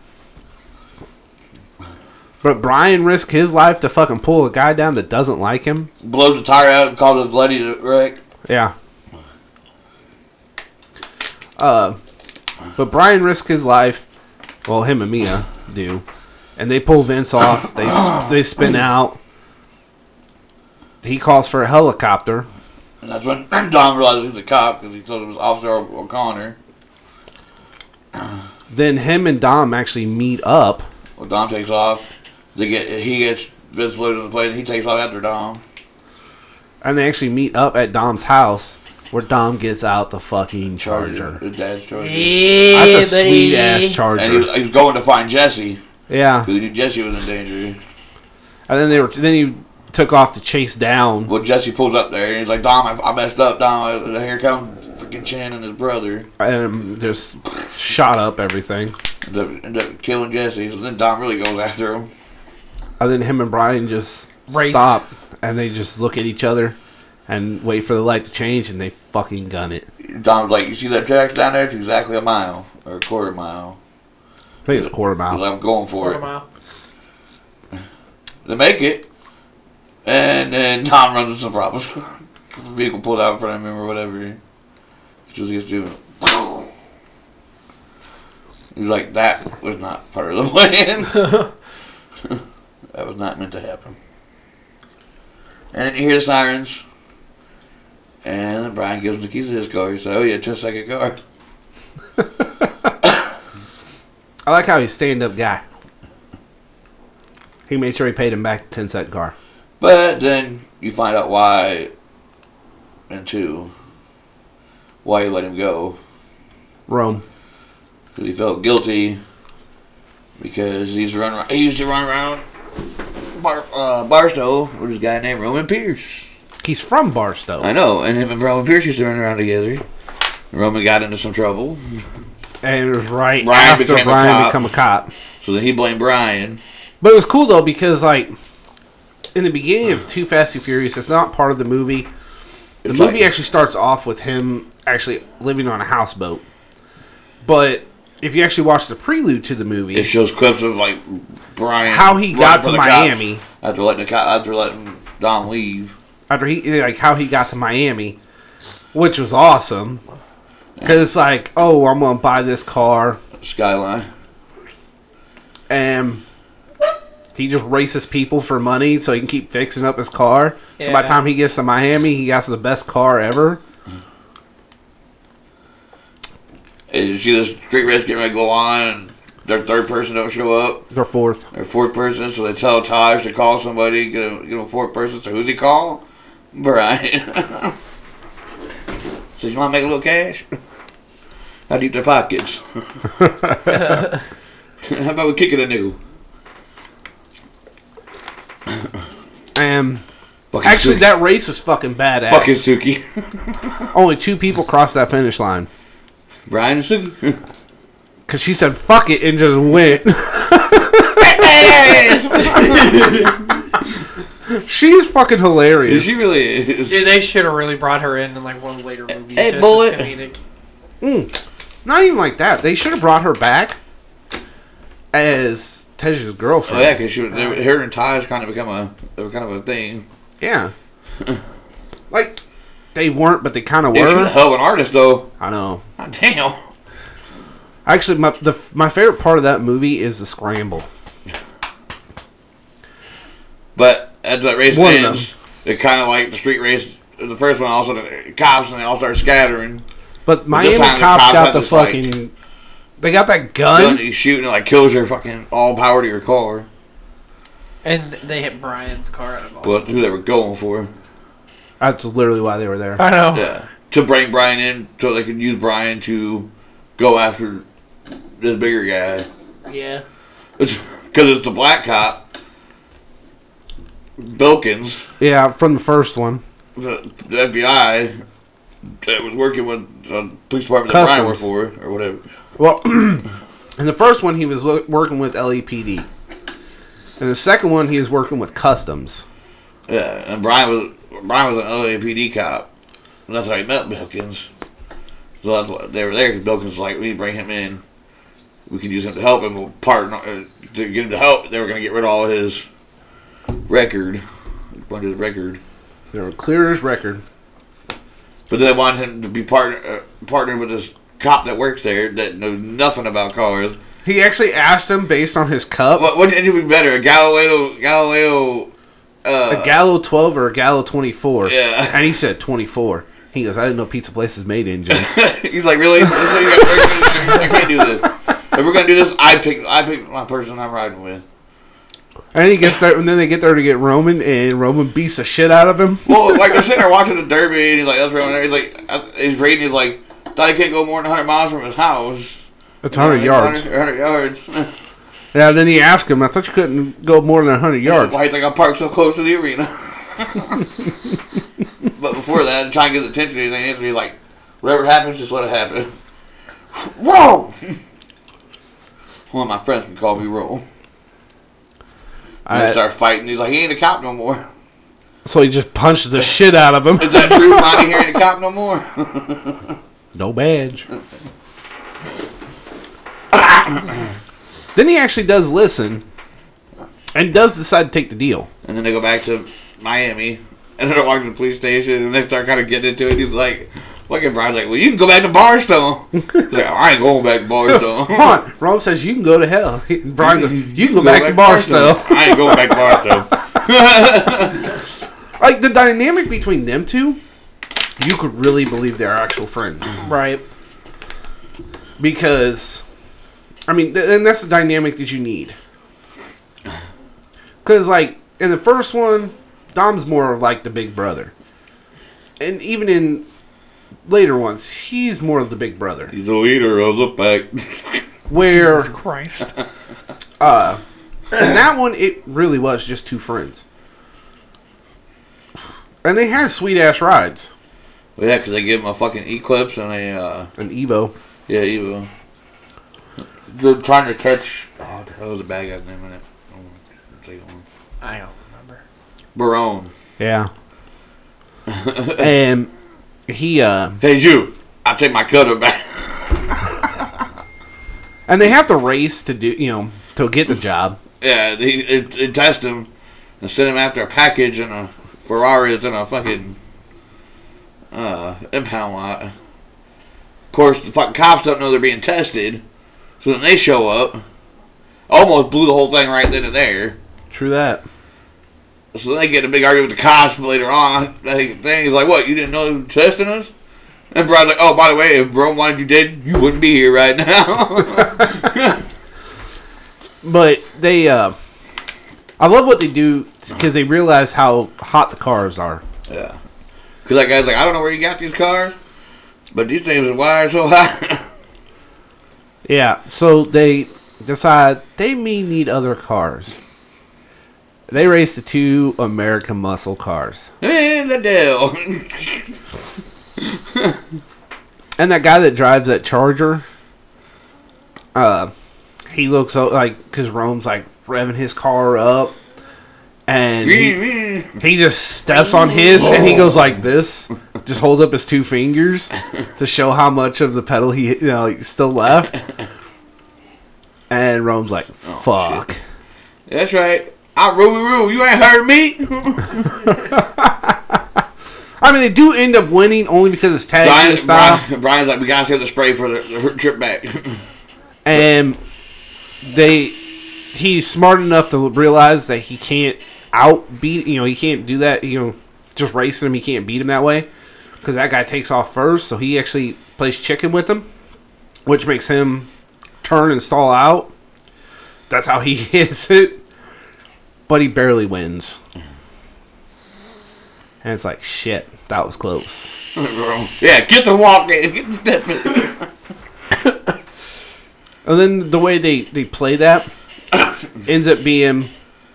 Speaker 1: But Brian risked his life to fucking pull a guy down that doesn't like him.
Speaker 3: Blows the tire out and causes Letty to wreck.
Speaker 1: Yeah. Uh, but Brian risked his life. Well, him and Mia do, and they pull Vince off. They s- they spin out. He calls for a helicopter.
Speaker 3: And that's when Dom realizes he's a cop because he thought it was Officer O'Connor.
Speaker 1: Then him and Dom actually meet up.
Speaker 3: Well, Dom takes off. They get he gets Vince loaded on the plane. He takes off after Dom.
Speaker 1: And they actually meet up at Dom's house, where Dom gets out the fucking charger.
Speaker 3: His dad's charger.
Speaker 4: Yeah,
Speaker 1: That's a
Speaker 4: buddy.
Speaker 1: sweet ass
Speaker 3: And he
Speaker 1: charger.
Speaker 3: was, he was going to find Jesse
Speaker 1: Yeah.
Speaker 3: because he knew Jesse was in danger.
Speaker 1: And then they were. Then he took off to chase down.
Speaker 3: Well, Jesse pulls up there and he's like, "Dom, I, I messed up. Dom, Uh, here come freaking Chan and his brother."
Speaker 1: and just shot up everything.
Speaker 3: End up, end up killing Jesse. So then Dom really goes after him.
Speaker 1: And then him and Brian just
Speaker 4: Race.
Speaker 1: stop and they just look at each other and wait for the light to change and they fucking gun it.
Speaker 3: Dom's like, "You see that tracks down there? It's exactly a mile or a quarter mile.
Speaker 1: I think it's a quarter mile.
Speaker 3: 'Cause I'm going for
Speaker 4: Quarter
Speaker 3: it."
Speaker 4: mile.
Speaker 3: They make it, and then Tom runs into some problems. the vehicle pulled out in front of him or whatever. He just gets doing. it. He's like, that was not part of the plan. that was not meant to happen. And then you hear the sirens. And then Brian gives him the keys to his car. He said, oh yeah, just like a car.
Speaker 1: I like how he's stand up guy. He made sure he paid him back the 10 cent car.
Speaker 3: But then you find out why and two, why you let him go.
Speaker 1: Rome.
Speaker 3: because he felt guilty because he's run. ar- He used to run around Bar, uh, Barstow with this guy named Roman Pierce.
Speaker 1: He's from Barstow.
Speaker 3: I know, and him and Roman Pierce used to run around together. Roman got into some trouble,
Speaker 1: And it was right
Speaker 3: Brian
Speaker 1: after
Speaker 3: became a
Speaker 1: Brian
Speaker 3: cop.
Speaker 1: become a cop.
Speaker 3: so then he blamed Brian.
Speaker 1: But it was cool though because like in the beginning of Too Fast and Furious, it's not part of the movie. The
Speaker 3: It's
Speaker 1: movie
Speaker 3: like-
Speaker 1: actually starts off with him actually living on a houseboat. But if you actually watch the prelude to the movie,
Speaker 3: It shows clips of like Brian
Speaker 1: how he
Speaker 3: running
Speaker 1: got
Speaker 3: for
Speaker 1: to
Speaker 3: the cops
Speaker 1: Miami
Speaker 3: after letting the cop, after letting Don leave.
Speaker 1: after he like how he got to Miami, which was awesome. Cause it's like, oh, I'm gonna buy this car,
Speaker 3: Skyline.
Speaker 1: and he just races people for money so he can keep fixing up his car. So by the
Speaker 4: Yeah.
Speaker 1: time he gets to Miami, he got the best car ever.
Speaker 3: And you see this street race getting ready to go on, and their third person don't show up.
Speaker 1: Or fourth.
Speaker 3: or fourth person, so they tell Taj to call somebody, get a, get a fourth person, so who's he call? Brian. so you want to make a little cash? How deep their pockets? How about we kick it a new?
Speaker 1: And
Speaker 3: Fucking
Speaker 1: actually,
Speaker 3: Suki.
Speaker 1: that race was fucking badass.
Speaker 3: Fucking Suki.
Speaker 1: Only two people crossed that finish line.
Speaker 3: Brian and Suki.
Speaker 1: Cause she said "fuck it" and just went. She's fucking hilarious.
Speaker 3: she really is.
Speaker 4: Dude, they should have really brought her in in like one of the later movies.
Speaker 3: hey,
Speaker 4: just as
Speaker 3: Bullet.
Speaker 4: comedic.
Speaker 1: Mm. Not even like that. They should have brought her back as Tej's
Speaker 3: Oh
Speaker 1: girlfriend.
Speaker 3: yeah, because she, they, her and Taj kind of become a, they were kind of a thing.
Speaker 1: yeah. like they weren't, but they kind of
Speaker 3: Dude, she's a
Speaker 1: were.
Speaker 3: hell of an artist though.
Speaker 1: I know.
Speaker 3: God damn.
Speaker 1: Actually, my the my favorite part of that movie is the scramble.
Speaker 3: But as that race
Speaker 1: One of
Speaker 3: ends, it kind of like the street race. The first one, also the cops, and they all start scattering.
Speaker 1: But Miami
Speaker 3: time the
Speaker 1: cops,
Speaker 3: cops
Speaker 1: got
Speaker 3: had
Speaker 1: the
Speaker 3: this, like-
Speaker 1: fucking. they got that
Speaker 3: Gun
Speaker 1: gun.
Speaker 3: that you shoot and it like kills your fucking all power to your car.
Speaker 4: And they hit Brian's car out of all.
Speaker 3: Well, that's who they were going for.
Speaker 1: That's literally why they were there.
Speaker 4: I know.
Speaker 3: Yeah. To bring Brian in so they could use Brian to go after this bigger guy.
Speaker 4: Yeah.
Speaker 3: Because it's the black cop, Bilkins,
Speaker 1: Yeah, from the first one.
Speaker 3: the, the FBI, that was working with the police department that Brian worked
Speaker 1: Customs.
Speaker 3: for, or whatever.
Speaker 1: Well, in the first one, he was wo- working with LAPD. In the second one, he was working with customs.
Speaker 3: Yeah, and Brian was Brian was an LAPD cop, and that's how he met Bilkins. So that's why they were there. 'cause Bilkins was like, we need to bring him in. We can use him to help him. We'll partner uh, to get him to help. They were going to get rid of all his record, a bunch of his record.
Speaker 1: They were clear as record.
Speaker 3: But they wanted him to be partner uh, partnered with this cop that works there that knows nothing about cars.
Speaker 1: He actually asked him based on his cup
Speaker 3: What what did be better, a Galileo Galileo? Uh,
Speaker 1: a Gallo 12 or a Gallo 24.
Speaker 3: Yeah.
Speaker 1: And he said 24. He goes, I didn't know pizza places made engines.
Speaker 3: He's like, really? This is what you guys are gonna do? I can't do this. If we're gonna do this, I pick. I pick my person I'm riding with.
Speaker 1: and he gets there, and then they get there to get Roman, and Roman beats the shit out of him.
Speaker 3: Well, like they're sitting there watching the derby, and he's like, that's right. He's like, uh, he's reading. He's like, thought he can't go more than 100 miles from his house.
Speaker 1: It's 100 yards.
Speaker 3: 100, yards.
Speaker 1: Yeah, then he asked him, I thought you couldn't go more than 100 yards.
Speaker 3: Why he's like, I parked so close to the arena. but before that, trying to get his attention, he's like, he's he's like, whatever happens, just let it happen. Whoa! One of my friends can call me Roll. they
Speaker 1: I-
Speaker 3: start fighting. He's like, he ain't a cop no more.
Speaker 1: so he just punched the shit out of him.
Speaker 3: Is that true, Ronnie? He ain't a cop no more.
Speaker 1: No badge. then he actually does listen and does decide to take the deal.
Speaker 3: and then they go back to Miami, and they're walking to the police station, and they start kind of getting into it. He's like, "Fucking Brian's like, well, you can go back to Barstow." He's like, "I ain't going back to Barstow."
Speaker 1: Come on. Rome says, You can go to hell. Brian goes, You can go back to Barstow.
Speaker 3: I ain't going back to Barstow.
Speaker 1: Like the dynamic between them two, you could really believe they're actual friends
Speaker 4: Right.
Speaker 1: because, I mean, th- and that's the dynamic that you need. Because like in the first one, Dom's more of like the big brother, and even in later ones, he's more of the big brother.
Speaker 3: He's the leader of the pack.
Speaker 1: Where
Speaker 4: Jesus Christ.
Speaker 1: in that one, it really was just two friends, and they had sweet ass rides.
Speaker 3: Well, yeah, because they give him a fucking eclipse and a uh,
Speaker 1: An Evo.
Speaker 3: yeah, you. They're trying to catch. Oh, that was a bad guy's name in it. Oh, take one.
Speaker 4: I don't remember.
Speaker 3: Barone.
Speaker 1: Yeah. and he uh
Speaker 3: Hey, you. I take my cutter back.
Speaker 1: and they have to race to do you know to get the job.
Speaker 3: yeah, he it, it test him and sent him after a package and a Ferrari that's in a fucking uh, impound lot. Of course, the fucking cops don't know they're being tested, so then they show up. Almost blew the whole thing right then and there.
Speaker 1: True that.
Speaker 3: So then they get in a big argument with the cops later on. They thing he's like, "What? You didn't know they were testing us?" And Brian's like, "Oh, by the way, if Rome wanted you dead, you wouldn't be here right now."
Speaker 1: But they uh I love what they do because they realize how hot the cars are.
Speaker 3: Yeah. Because that guy's like, I don't know where you got these cars, but these things are wired so high.
Speaker 1: Yeah. So they decide they may need other cars. They race the two American muscle cars.
Speaker 3: and the deal.
Speaker 1: And that guy that drives that Charger, uh, he looks o- like because Rome's like revving his car up, and he, he just steps on his and he goes like this, just holds up his two fingers to show how much of the pedal he you know he's still left. And Rome's like, "Fuck."
Speaker 3: That's right. I rule, rule. You ain't heard me.
Speaker 1: I mean, they do end up winning only because it's tag team
Speaker 3: Brian,
Speaker 1: style.
Speaker 3: Brian, Brian's like, we gotta save the spray for the, the trip back.
Speaker 1: and they he's smart enough to realize that he can't outbeat you know he can't do that you know just racing him he can't beat him that way because that guy takes off first so he actually plays chicken with him which makes him turn and stall out that's how he hits it but he barely wins. And it's like, shit, that was close.
Speaker 3: yeah, get the walk. in.
Speaker 1: And then the way they, they play that ends up being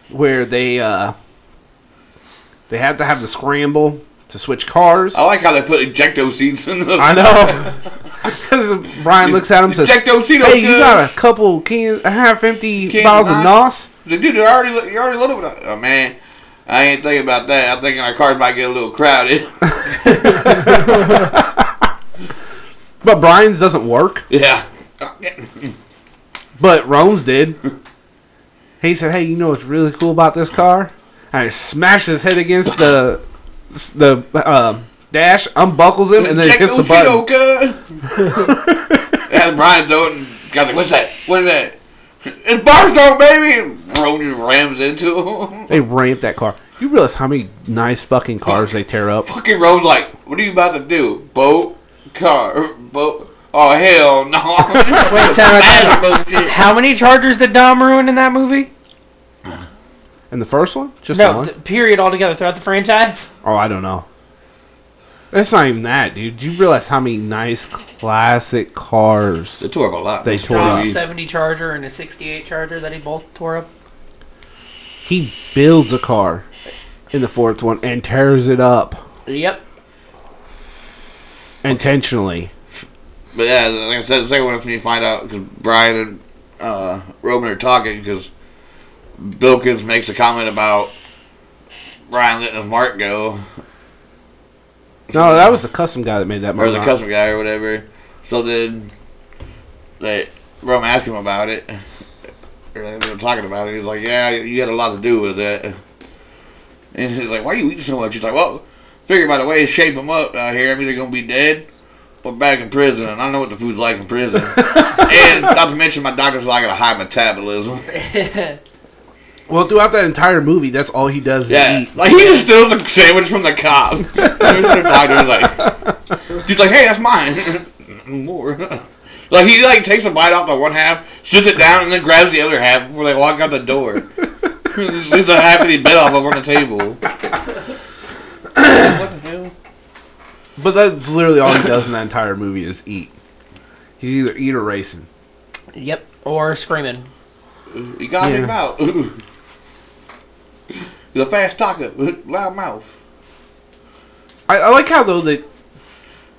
Speaker 1: where they uh, they have to have the scramble to switch cars.
Speaker 3: I like how they put ejecto seats in those.
Speaker 1: I know. 'Cause Brian looks at him and says,
Speaker 3: Ejecto seat.
Speaker 1: "Hey, you got a couple can a half empty
Speaker 3: Cans
Speaker 1: bottles
Speaker 3: of
Speaker 1: of nos?"
Speaker 3: Dude, you're already you're already little. Oh man, I ain't thinking about that. I'm thinking our cars might get a little crowded.
Speaker 1: But Brian's doesn't work.
Speaker 3: yeah.
Speaker 1: But Rome's did. He said, "Hey, you know what's really cool about this car?" And he smashes his head against the the um, dash, unbuckles him, and then hits the button.
Speaker 3: and Brian Dalton got like, what's that? What is that? It's Barstow, baby! And Rome just rams into him.
Speaker 1: They ramped that car. You realize how many nice fucking cars they tear up?
Speaker 3: Fucking Rome's like, what are you about to do? Boat, car, boat. Oh, hell no.
Speaker 4: Wait, time out. How many Chargers did Dom ruin in that movie?
Speaker 1: And the first one, just
Speaker 4: No,
Speaker 1: one.
Speaker 4: th- period altogether throughout the franchise.
Speaker 1: oh, I don't know. It's not even that, dude. You realize how many nice classic cars
Speaker 3: They tore up a lot.
Speaker 1: They tore
Speaker 2: Got
Speaker 1: up.
Speaker 2: a 70 Charger and a 68 Charger that he both tore up.
Speaker 1: he builds a car in the fourth one and tears it up
Speaker 2: Yep.
Speaker 1: intentionally.
Speaker 3: But yeah, like I said, the second one is when you find out because Brian and uh, Roman are talking because Bilkins makes a comment about Brian letting his mark go
Speaker 1: No, that was the custom guy that made that.
Speaker 3: or the
Speaker 1: Murdoch.
Speaker 3: custom guy or whatever. So then they Roman asked him about it. Or they were talking about it. He's like, "Yeah, you had a lot to do with it." And he's like, "Why are you eating so much?" He's like, "Well, figure by the way, shape them up out here. I'm either gonna be dead or back in prison, and I know what the food's like in prison. and not to mention, my doctor's like got a high metabolism.
Speaker 1: Well, throughout that entire movie, that's all he does is
Speaker 3: Yeah,
Speaker 1: eat.
Speaker 3: like he just steals the sandwich from the cop. There's the doctor he's like, dude's like, hey, that's mine. More. Like he like takes a bite off the one half, sits it down, and then grabs the other half before they walk out the door. just leaves the half that he bit off over on the table. what the hell?
Speaker 1: But that's literally all he does in that entire movie is eat. He's either eat or racing.
Speaker 4: Yep. Or screaming.
Speaker 3: He got him
Speaker 1: Yeah.
Speaker 3: out. He's a fast talker, with loud mouth.
Speaker 1: I, I like how though that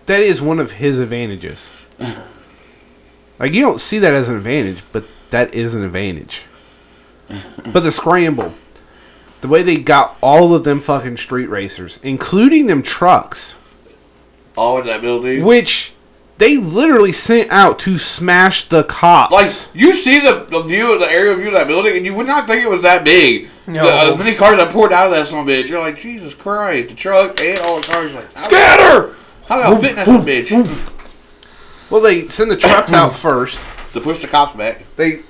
Speaker 1: that is one of his advantages. Like you don't see that as an advantage, but that is an advantage. But the scramble, the way they got all of them fucking street racers, including them trucks,
Speaker 3: All in that building.
Speaker 1: which they literally sent out to smash the cops.
Speaker 3: Like you see the, the view of the aerial view of that building, and you would not think it was that big.
Speaker 4: No.
Speaker 3: The, uh, as many cars that poured out of that son of a bitch, you're like Jesus Christ! The truck and all the cars, like how,
Speaker 1: scatter.
Speaker 3: how do I fit in that son of a bitch
Speaker 1: Well, they send the trucks out first.
Speaker 3: to push the cops back?
Speaker 1: They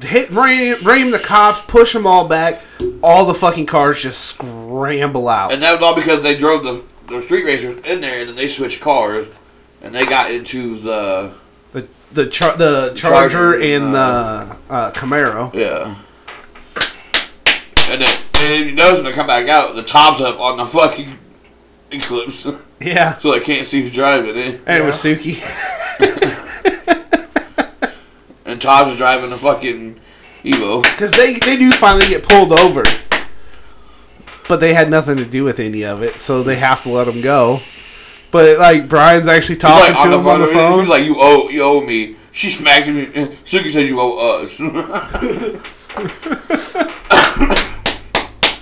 Speaker 1: hit ram, ram the cops, push them all back. All the fucking cars just scramble out.
Speaker 3: And that was all because they drove the, the street racers in there, and then they switched cars, and they got into the
Speaker 1: the the char- the Charger
Speaker 3: Charger,
Speaker 1: and
Speaker 3: uh,
Speaker 1: the uh, Camaro.
Speaker 3: yeah. And then and you notice when they come back out, the top's up on the fucking Eclipse, so
Speaker 1: Yeah,
Speaker 3: they can't see who's driving it.
Speaker 1: and with Suki.
Speaker 3: And Todd's was driving the fucking Evo.
Speaker 1: Because they they do finally get pulled over, but they had nothing to do with any of it, so they have to let them go. But like Brian's actually
Speaker 3: He's
Speaker 1: talking to him on the
Speaker 3: of it,
Speaker 1: phone.
Speaker 3: He's like, you owe, you owe me. She smacked me. Suki says you owe us.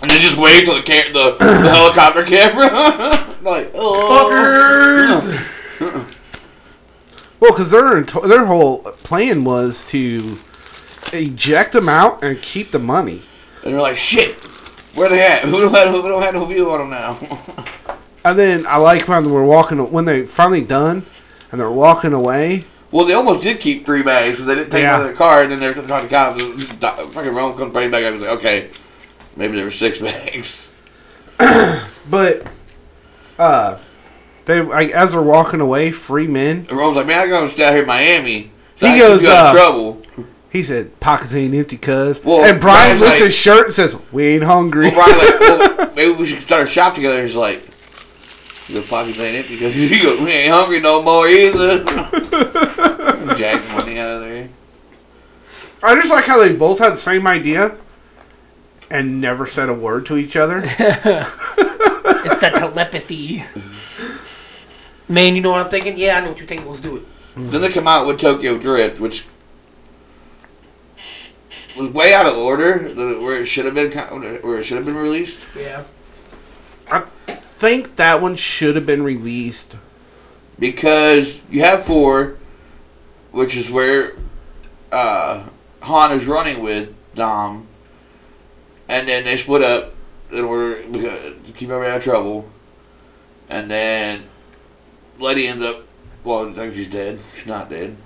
Speaker 3: and then just wait till the cam- the, the helicopter camera. like, oh. fuckers.
Speaker 1: Well, because their ent- their whole plan was to eject them out and keep the money.
Speaker 3: And they're like, shit. Where they at? Who don't have, who don't have no view on them now?
Speaker 1: And then I like when they were walking when they finally done, and they're walking away.
Speaker 3: well, they almost did keep three bags because they didn't take
Speaker 1: Yeah.
Speaker 3: out of the car, and then they're trying to cops. and di- Fucking Rome comes right back up. He's like, okay, maybe there were six bags.
Speaker 1: But uh they like as they're walking away, free men.
Speaker 3: And Rome's like, man, I gotta stay out here in Miami. So
Speaker 1: He
Speaker 3: I keep
Speaker 1: goes,
Speaker 3: you out of
Speaker 1: uh,
Speaker 3: trouble.
Speaker 1: He said, "Pockets ain't empty, cuz."
Speaker 3: Well,
Speaker 1: and Brian
Speaker 3: Brian's
Speaker 1: lifts
Speaker 3: like-
Speaker 1: his shirt and says, "We ain't hungry."
Speaker 3: Well, Brian, like, well, maybe we should start a shop together. He's like, the pockets ain't empty because he goes, we ain't hungry no more either. Jack money out of there.
Speaker 1: I just like how they both had the same idea and never said a word to each other.
Speaker 2: It's the telepathy. Man, you know what I'm thinking? Yeah, I know what you're thinking. Let's do it.
Speaker 3: Then they come out with Tokyo Drift, which was way out of order the- where it should have been co- where it should have been released.
Speaker 2: Yeah.
Speaker 1: I think that one should have been released.
Speaker 3: because you have four, which is where uh, Han is running with Dom, and then they split up in order because, to keep everybody out of trouble, and then Letty ends up. Well, I think she's dead. She's not dead.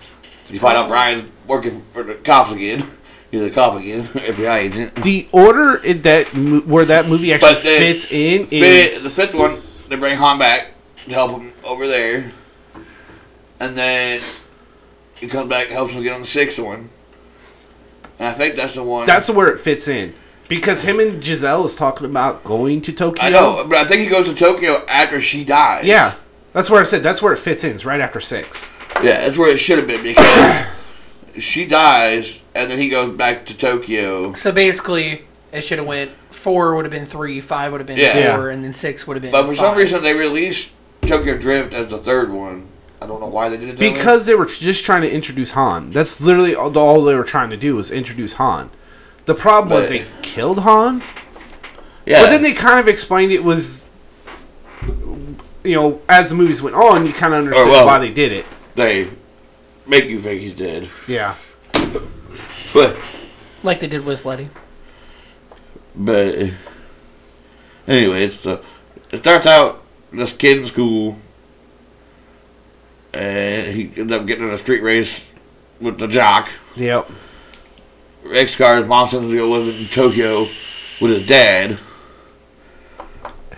Speaker 3: You find out Brian's working for the cops again. He's a cop again, FBI agent.
Speaker 1: The order in that mo- where that movie actually
Speaker 3: But the
Speaker 1: fits in
Speaker 3: Fifth,
Speaker 1: is
Speaker 3: the fifth one, they bring Han back to help him over there, and then he comes back and helps him get on the sixth one. And I think that's the one.
Speaker 1: That's where it fits in because him and Giselle is talking about going to Tokyo.
Speaker 3: I know, but I think he goes to Tokyo after she dies.
Speaker 1: Yeah, that's where I said that's where it fits in. It's right after six.
Speaker 3: yeah, that's where it should have been because she dies, and then he goes back to Tokyo.
Speaker 2: So basically, it should have went four would have been three, five would have been
Speaker 3: Yeah.
Speaker 2: four, and then six would have been.
Speaker 3: But for some
Speaker 2: five.
Speaker 3: reason, they released Tokyo Drift as the third one. I don't know why they did it. that way.
Speaker 1: Because they were just trying to introduce Han. That's literally all, all they were trying to do was introduce Han. The problem was
Speaker 3: But-
Speaker 1: they killed Han,
Speaker 3: yeah,
Speaker 1: but then they kind of explained it was, you know, as the movies went on, you kind of understood
Speaker 3: Oh, well-
Speaker 1: why they did it.
Speaker 3: they make you think he's dead,
Speaker 1: Yeah,
Speaker 3: but.
Speaker 2: like they did with Letty.
Speaker 3: But uh, anyway, it's uh, it starts out this kid in school, and he ends up getting in a street race with the jock.
Speaker 1: yep.
Speaker 3: X car his mom sends him to go live in Tokyo with his dad.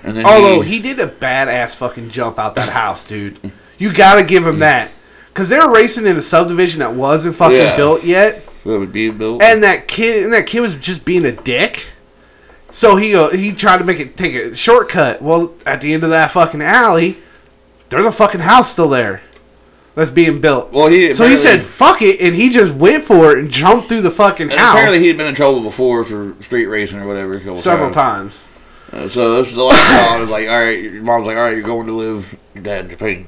Speaker 3: And then
Speaker 1: Although he did a badass fucking jump out that house, dude. You gotta give him that. Cause they were racing in a subdivision that wasn't fucking
Speaker 3: Yeah.
Speaker 1: built yet.
Speaker 3: What would be built.
Speaker 1: and that kid and that kid was just being a dick. So he uh, he tried to make it take a shortcut. Well, at the end of that fucking alley, there's a fucking house still there that's being built.
Speaker 3: well, he
Speaker 1: so he said
Speaker 3: apparently-
Speaker 1: fuck it, and he just went for it and jumped through the fucking
Speaker 3: and
Speaker 1: house
Speaker 3: apparently he'd been in trouble before for street racing or whatever. a couple
Speaker 1: several times.
Speaker 3: Uh, so this is the last time. I was like, all right, your mom's like, all right, you're going to live with your dad in Japan.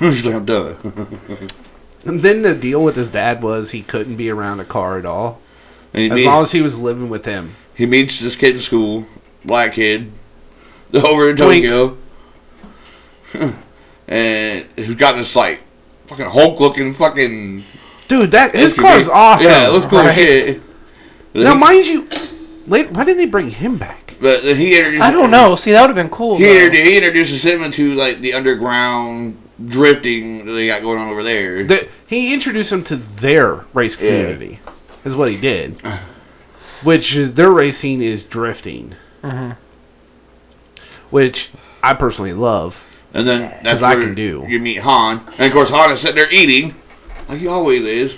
Speaker 3: She's like, I'm done.
Speaker 1: And then the deal with his dad was he couldn't be around a car at all
Speaker 3: And he
Speaker 1: as
Speaker 3: did.
Speaker 1: long as he was living with him.
Speaker 3: He meets this kid in school, black kid, over in
Speaker 1: Twink.
Speaker 3: Tokyo, and who's got this like fucking Hulk looking fucking.
Speaker 1: Dude, that his
Speaker 3: SUV.
Speaker 1: car is awesome.
Speaker 3: Yeah, it looks cool
Speaker 2: right?
Speaker 3: as shit.
Speaker 1: Now, mind you, late, why didn't they bring him back?
Speaker 3: but he introduced.
Speaker 4: I don't know. See, that would have been cool.
Speaker 3: He,
Speaker 4: though.
Speaker 3: introdu- he introduces him to like the underground drifting that they got going on over there.
Speaker 1: The, he introduced him to their race
Speaker 3: Yeah.
Speaker 1: community, is what he did. Which is, their racing is drifting,
Speaker 3: Mm-hmm.
Speaker 1: which I personally love.
Speaker 3: and then that's
Speaker 1: 'Cause I
Speaker 3: where
Speaker 1: can do.
Speaker 3: You meet Han, and of course Han is sitting there eating, like he always is.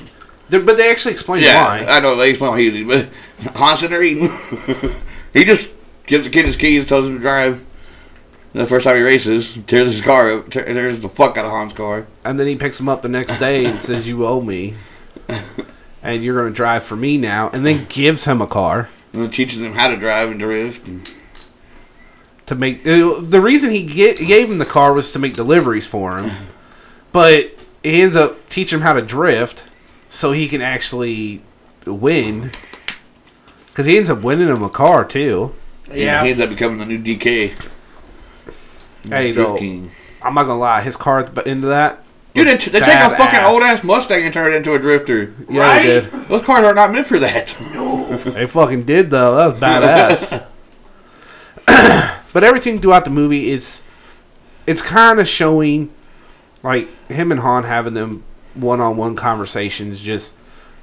Speaker 1: They- but they actually explained
Speaker 3: Yeah,
Speaker 1: why.
Speaker 3: I know they explain why he's eating, but Han's in there eating. he just gives the kid his keys, tells him to drive. The first time he races, tears his car up, te- tears the fuck out of Han's car.
Speaker 1: and then he picks him up the next day and says, "You owe me, and you're going to drive for me now." And then gives him a car
Speaker 3: And then teaches him how to drive and drift. And,
Speaker 1: to make. uh, The reason he ge- gave him the car was to make deliveries for him, but he ends up teaching him how to drift, so he can actually win. Because he ends up winning him a car too.
Speaker 3: yeah. He ends up becoming the new DK.
Speaker 1: Hey,
Speaker 3: Drift
Speaker 1: though,
Speaker 3: King.
Speaker 1: I'm not gonna lie, his car at the b- end of that.
Speaker 3: Dude, they, t- they take a fucking
Speaker 1: Badass.
Speaker 3: old ass Mustang and turn it into a drifter.
Speaker 1: Yeah,
Speaker 2: Right?
Speaker 1: they did.
Speaker 3: Those cars are not meant for that.
Speaker 1: They fucking did though. That was badass. but everything throughout the movie, it's it's kind of showing like him and Han having them one-on-one conversations, just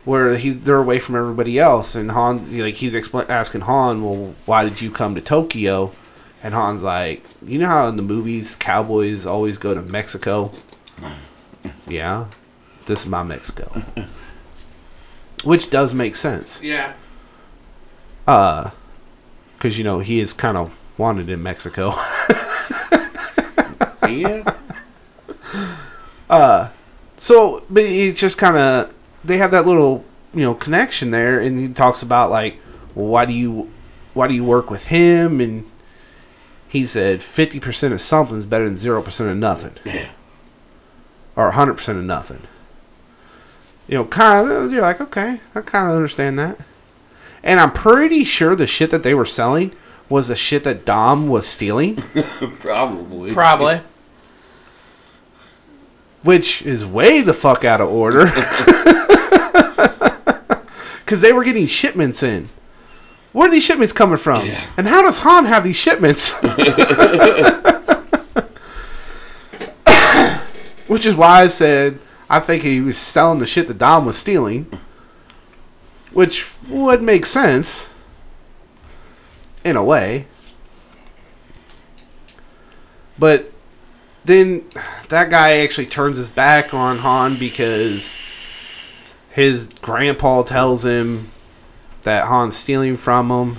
Speaker 1: where he's they're away from everybody else, and Han like he's expl- asking Han, well, why did you come to Tokyo? And Han's like, you know how in the movies cowboys always go to Mexico? Yeah, this is my Mexico. which does make sense.
Speaker 2: Yeah.
Speaker 1: Uh, because you know he is kind of wanted in Mexico.
Speaker 3: yeah.
Speaker 1: So, but it's just kind of they have that little you know connection there, and he talks about like why do you why do you work with him, and he said fifty percent of something is better than zero percent of nothing,
Speaker 3: Yeah.
Speaker 1: or hundred percent of nothing. You know, kind of you're like okay, I kind of understand that, and I'm pretty sure the shit that they were selling was the shit that Dom was stealing,
Speaker 3: Probably.
Speaker 4: Probably.
Speaker 1: which is way the fuck out of order. Because they were getting shipments in. Where are these shipments coming from?
Speaker 3: Yeah.
Speaker 1: And how does Han have these shipments? Which is why I said I think he was selling the shit that Dom was stealing. Which would make sense. In a way. But then that guy actually turns his back on Han because his grandpa tells him that Han's stealing from him.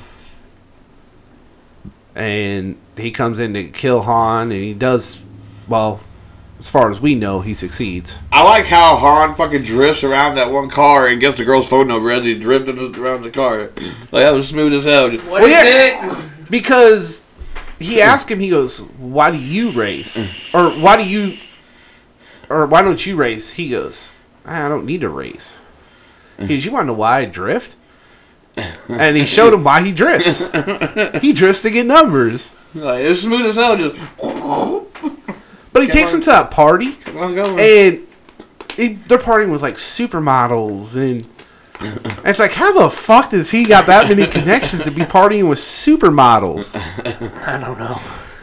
Speaker 1: And he comes in to kill Han, and he does, well, as far as we know, he succeeds.
Speaker 3: I like how Han fucking drifts around that one car and gets the girl's phone number as he drifted around the car. Like that was smooth as hell.
Speaker 2: What
Speaker 1: Well,
Speaker 2: is
Speaker 1: yeah.
Speaker 2: it?
Speaker 1: Because he asks him, he goes, Why do you race? Or why do you, or why don't you race? He goes, I don't need to race. He goes, You want to know why I drift? And he showed him why he drifts. he drifts to get numbers.
Speaker 3: Like it was smooth as hell. Just keep
Speaker 1: But he takes him to that party.
Speaker 3: on going.
Speaker 1: and it, they're partying with like supermodels and and it's like how the fuck does he got that many connections to be partying with supermodels
Speaker 4: I don't know.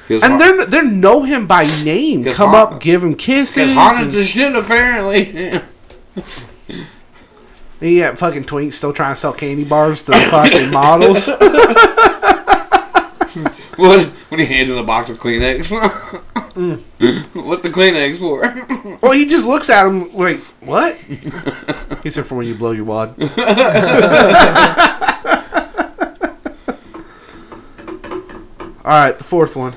Speaker 3: Because
Speaker 1: and
Speaker 3: Han-
Speaker 1: they they know him by name
Speaker 3: Because
Speaker 1: come
Speaker 3: Han-
Speaker 1: up give him kisses
Speaker 3: because Han is
Speaker 1: and-
Speaker 3: the shit apparently.
Speaker 1: yeah fucking twink still trying to sell candy bars to the fucking models
Speaker 3: what? When he hands him a box of Kleenex. What the Kleenex for?
Speaker 1: well he just looks at him like what he said for when you blow your wad all right the fourth one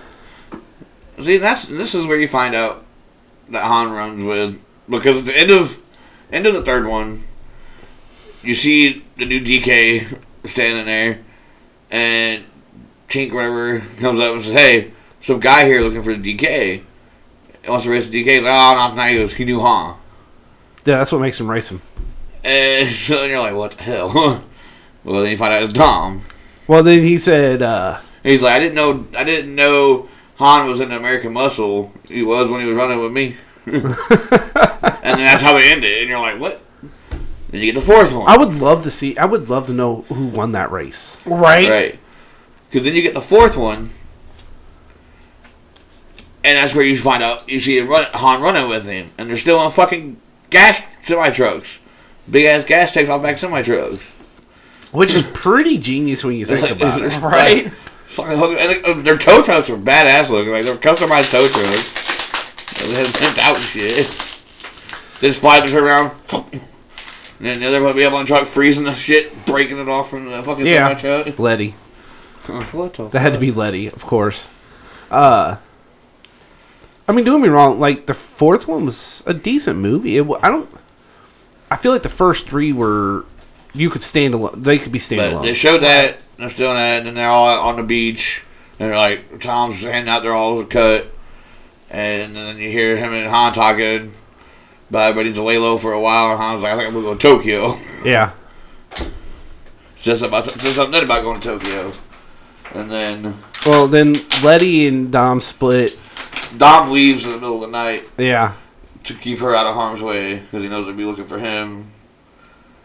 Speaker 3: See, that's this is where you find out that Han runs with because at the end of end of the third one, you see the new DK standing there, and Tink or whatever comes up and says, "Hey, some guy here looking for the DK. He wants to race the DK." He's like, "Oh, not tonight." He goes, "He knew Han."
Speaker 1: yeah that's what makes him race him
Speaker 3: And so you're like, "What the hell?" well, then you find out it's Dom.
Speaker 1: Well, then he said, uh,
Speaker 3: He's like, "I didn't know. I didn't know." Han was in the American Muscle. He was when he was running with me. and then that's how they end it. And you're like, what? Then you get the fourth one,
Speaker 1: I would love to see, I would love to know who won that race.
Speaker 4: Right?
Speaker 3: right? Because then you get the fourth one, and that's where you find out you see him run, Han running with him, and they're still on fucking gas semi trucks, big ass gas tanks off back semi trucks.
Speaker 1: Which is pretty genius when you think about it.
Speaker 4: Right?
Speaker 3: Fucking, and uh, their tow trucks are badass looking. Like they're customized tow trucks. They have pimped out and shit. They just fly turn around. And then the other one be up on the truck freezing the shit, breaking it off from the fucking
Speaker 1: Yeah.
Speaker 3: semi truck.
Speaker 1: Letty.
Speaker 3: What the
Speaker 1: That had to be Letty, of course. Uh, I mean, don't get me wrong, like, the fourth one was a decent movie. It, wa- I don't, I feel like the first three were, you could stand alone, they could be
Speaker 3: But they
Speaker 1: standalone.
Speaker 3: showed that, they're still in that, and then they're all on the beach. And they're like, Tom's handing out their all cut. And then you hear him and Han talking. But everybody needs to lay low for a while. And Han's like, I think I'm going to go to Tokyo.
Speaker 1: Yeah.
Speaker 3: says about says something about going to Tokyo, and then
Speaker 1: Well, then Letty and Dom split.
Speaker 3: Dom leaves in the middle of the night
Speaker 1: Yeah.
Speaker 3: to keep her out of harm's way because he knows they'll be looking for him.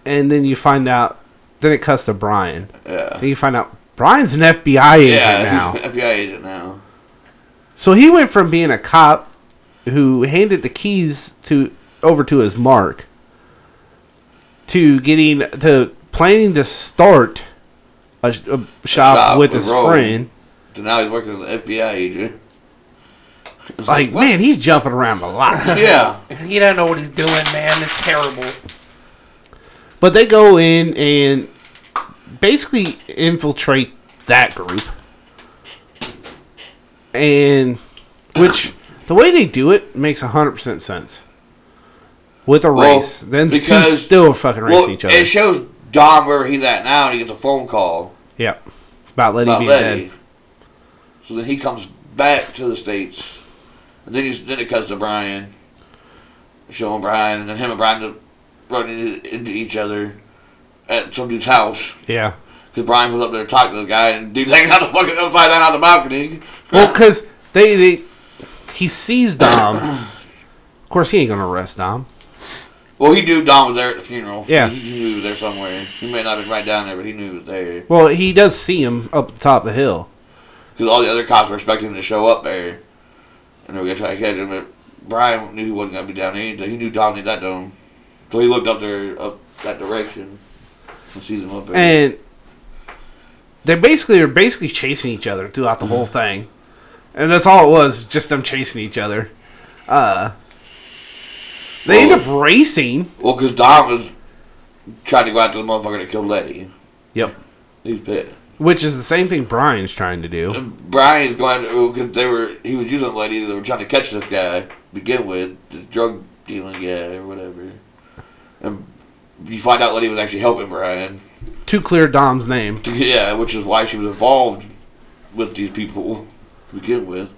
Speaker 1: And then you find out, then it cuts to Brian.
Speaker 3: Yeah,
Speaker 1: Then you find out Brian's an FBI agent
Speaker 3: yeah,
Speaker 1: now.
Speaker 3: he's an FBI agent now.
Speaker 1: So he went from being a cop who handed the keys to over to his mark to getting to planning to start a, sh- a shop,
Speaker 3: shop
Speaker 1: with
Speaker 3: with
Speaker 1: his
Speaker 3: Rogue.
Speaker 1: friend.
Speaker 3: So now he's working as an FBI agent. It's
Speaker 1: Like,
Speaker 3: what?
Speaker 1: man, he's jumping around a lot.
Speaker 3: yeah,
Speaker 2: He doesn't know what he's doing, man. It's terrible.
Speaker 1: But they go in and basically infiltrate that group. And which the way they do it makes 100% sense. With a
Speaker 3: Well,
Speaker 1: race, then the two
Speaker 3: because-
Speaker 1: still fucking race
Speaker 3: Well,
Speaker 1: each other.
Speaker 3: it shows Dom where he's at now, and he gets a phone call
Speaker 1: yeah, about Letty
Speaker 3: about
Speaker 1: being
Speaker 3: Letty.
Speaker 1: dead.
Speaker 3: So then he comes back to the states, and then he's, then it cuts to Brian, showing Brian, and then him and Brian run into, into each other at some dude's house.
Speaker 1: Yeah.
Speaker 3: Because Brian was up there talking to the guy, and dude's hanging out the fucking upside down out the balcony.
Speaker 1: Well, because they, they he sees Dom. of course, he ain't gonna arrest Dom.
Speaker 3: Well, he knew Don was there at the funeral.
Speaker 1: Yeah.
Speaker 3: He, he knew he was there somewhere. He may not have been right down there, but he knew he was there.
Speaker 1: Well, he does see him up the top of the hill.
Speaker 3: Because all the other cops were expecting him to show up there. And they were going to try to catch him, but Brian knew he wasn't going to be down there either. He knew Don needed that dome. So he looked up there, up that direction, and sees him up there.
Speaker 1: and they basically are basically chasing each other throughout the whole thing, and that's all it was, just them chasing each other. Uh, they end up racing.
Speaker 3: well, because Don was trying to go after the motherfucker that killed Letty.
Speaker 1: Yep.
Speaker 3: He's pissed.
Speaker 1: Which is the same thing Brian's trying to do.
Speaker 3: Brian's going because they were he was using the lady. They were trying to catch this guy to begin with, the drug dealing guy or whatever. And you find out Letty was actually helping Brian.
Speaker 1: To clear Dom's name.
Speaker 3: Yeah, which is why she was involved with these people to begin with.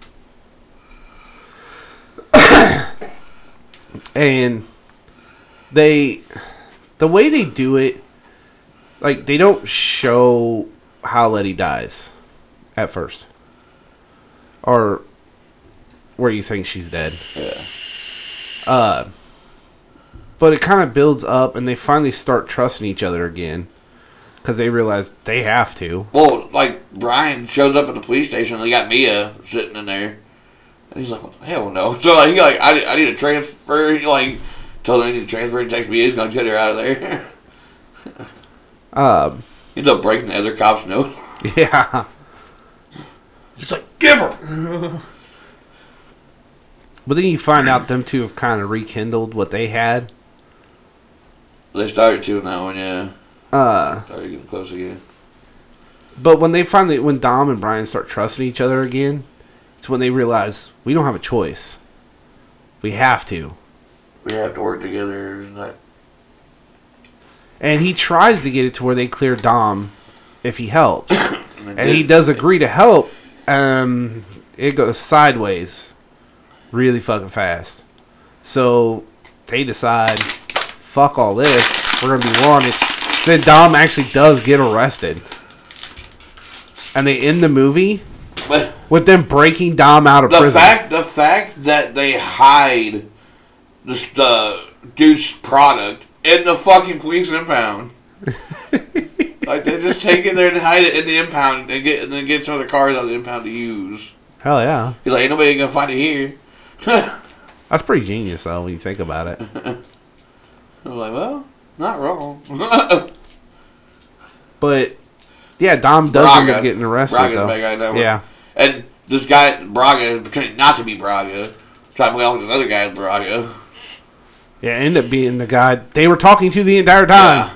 Speaker 1: and they the way they do it like they don't show how letty dies at first or where you think she's dead
Speaker 3: Yeah.
Speaker 1: uh but it kind of builds up and they finally start trusting each other again because they realize they have to
Speaker 3: Well, like Brian shows up at the police station. and They got Mia sitting in there, and he's like, "What the hell, no!" So like, he like, I, I need a transfer. He, like, told him he need to transfer. and text Mia. He's gonna get her out of there.
Speaker 1: um
Speaker 3: he ends up breaking the other cop's nose.
Speaker 1: yeah
Speaker 2: He's like, give her.
Speaker 1: but then you find out them two have kind of rekindled what they had
Speaker 3: They started to in that one, yeah.
Speaker 1: uh
Speaker 3: Started getting close again.
Speaker 1: But when they finally, when Dom and Brian start trusting each other again, it's when they realize we don't have a choice. We have to.
Speaker 3: We have to work together. and That,
Speaker 1: And he tries to get it to where they clear Dom if he helps.
Speaker 3: and
Speaker 1: and he does agree to help. Um, it goes sideways really fucking fast. So they decide, fuck all this. We're going to be wanted. Then Dom actually does get arrested. And they end the movie
Speaker 3: But
Speaker 1: with them breaking Dom out of
Speaker 3: the
Speaker 1: prison.
Speaker 3: fact, the fact that they hide this the Deuce product in the fucking police impound. like they just take it there and hide it in the impound and get and then get some of the cars out of the impound to use.
Speaker 1: Hell yeah.
Speaker 3: He's like, ain't nobody gonna find it here. I'm
Speaker 1: That's pretty genius, though, when you think about it.
Speaker 3: like, well, not wrong.
Speaker 1: But yeah, Dom does end up
Speaker 3: Braga.
Speaker 1: getting arrested,
Speaker 3: Braga's
Speaker 1: though.
Speaker 3: the bad guy in that one.
Speaker 1: yeah,
Speaker 3: And this guy Braga is pretending not to be Braga, trying to play along with another guy Braga.
Speaker 1: yeah, end up being the guy they were talking to the entire time.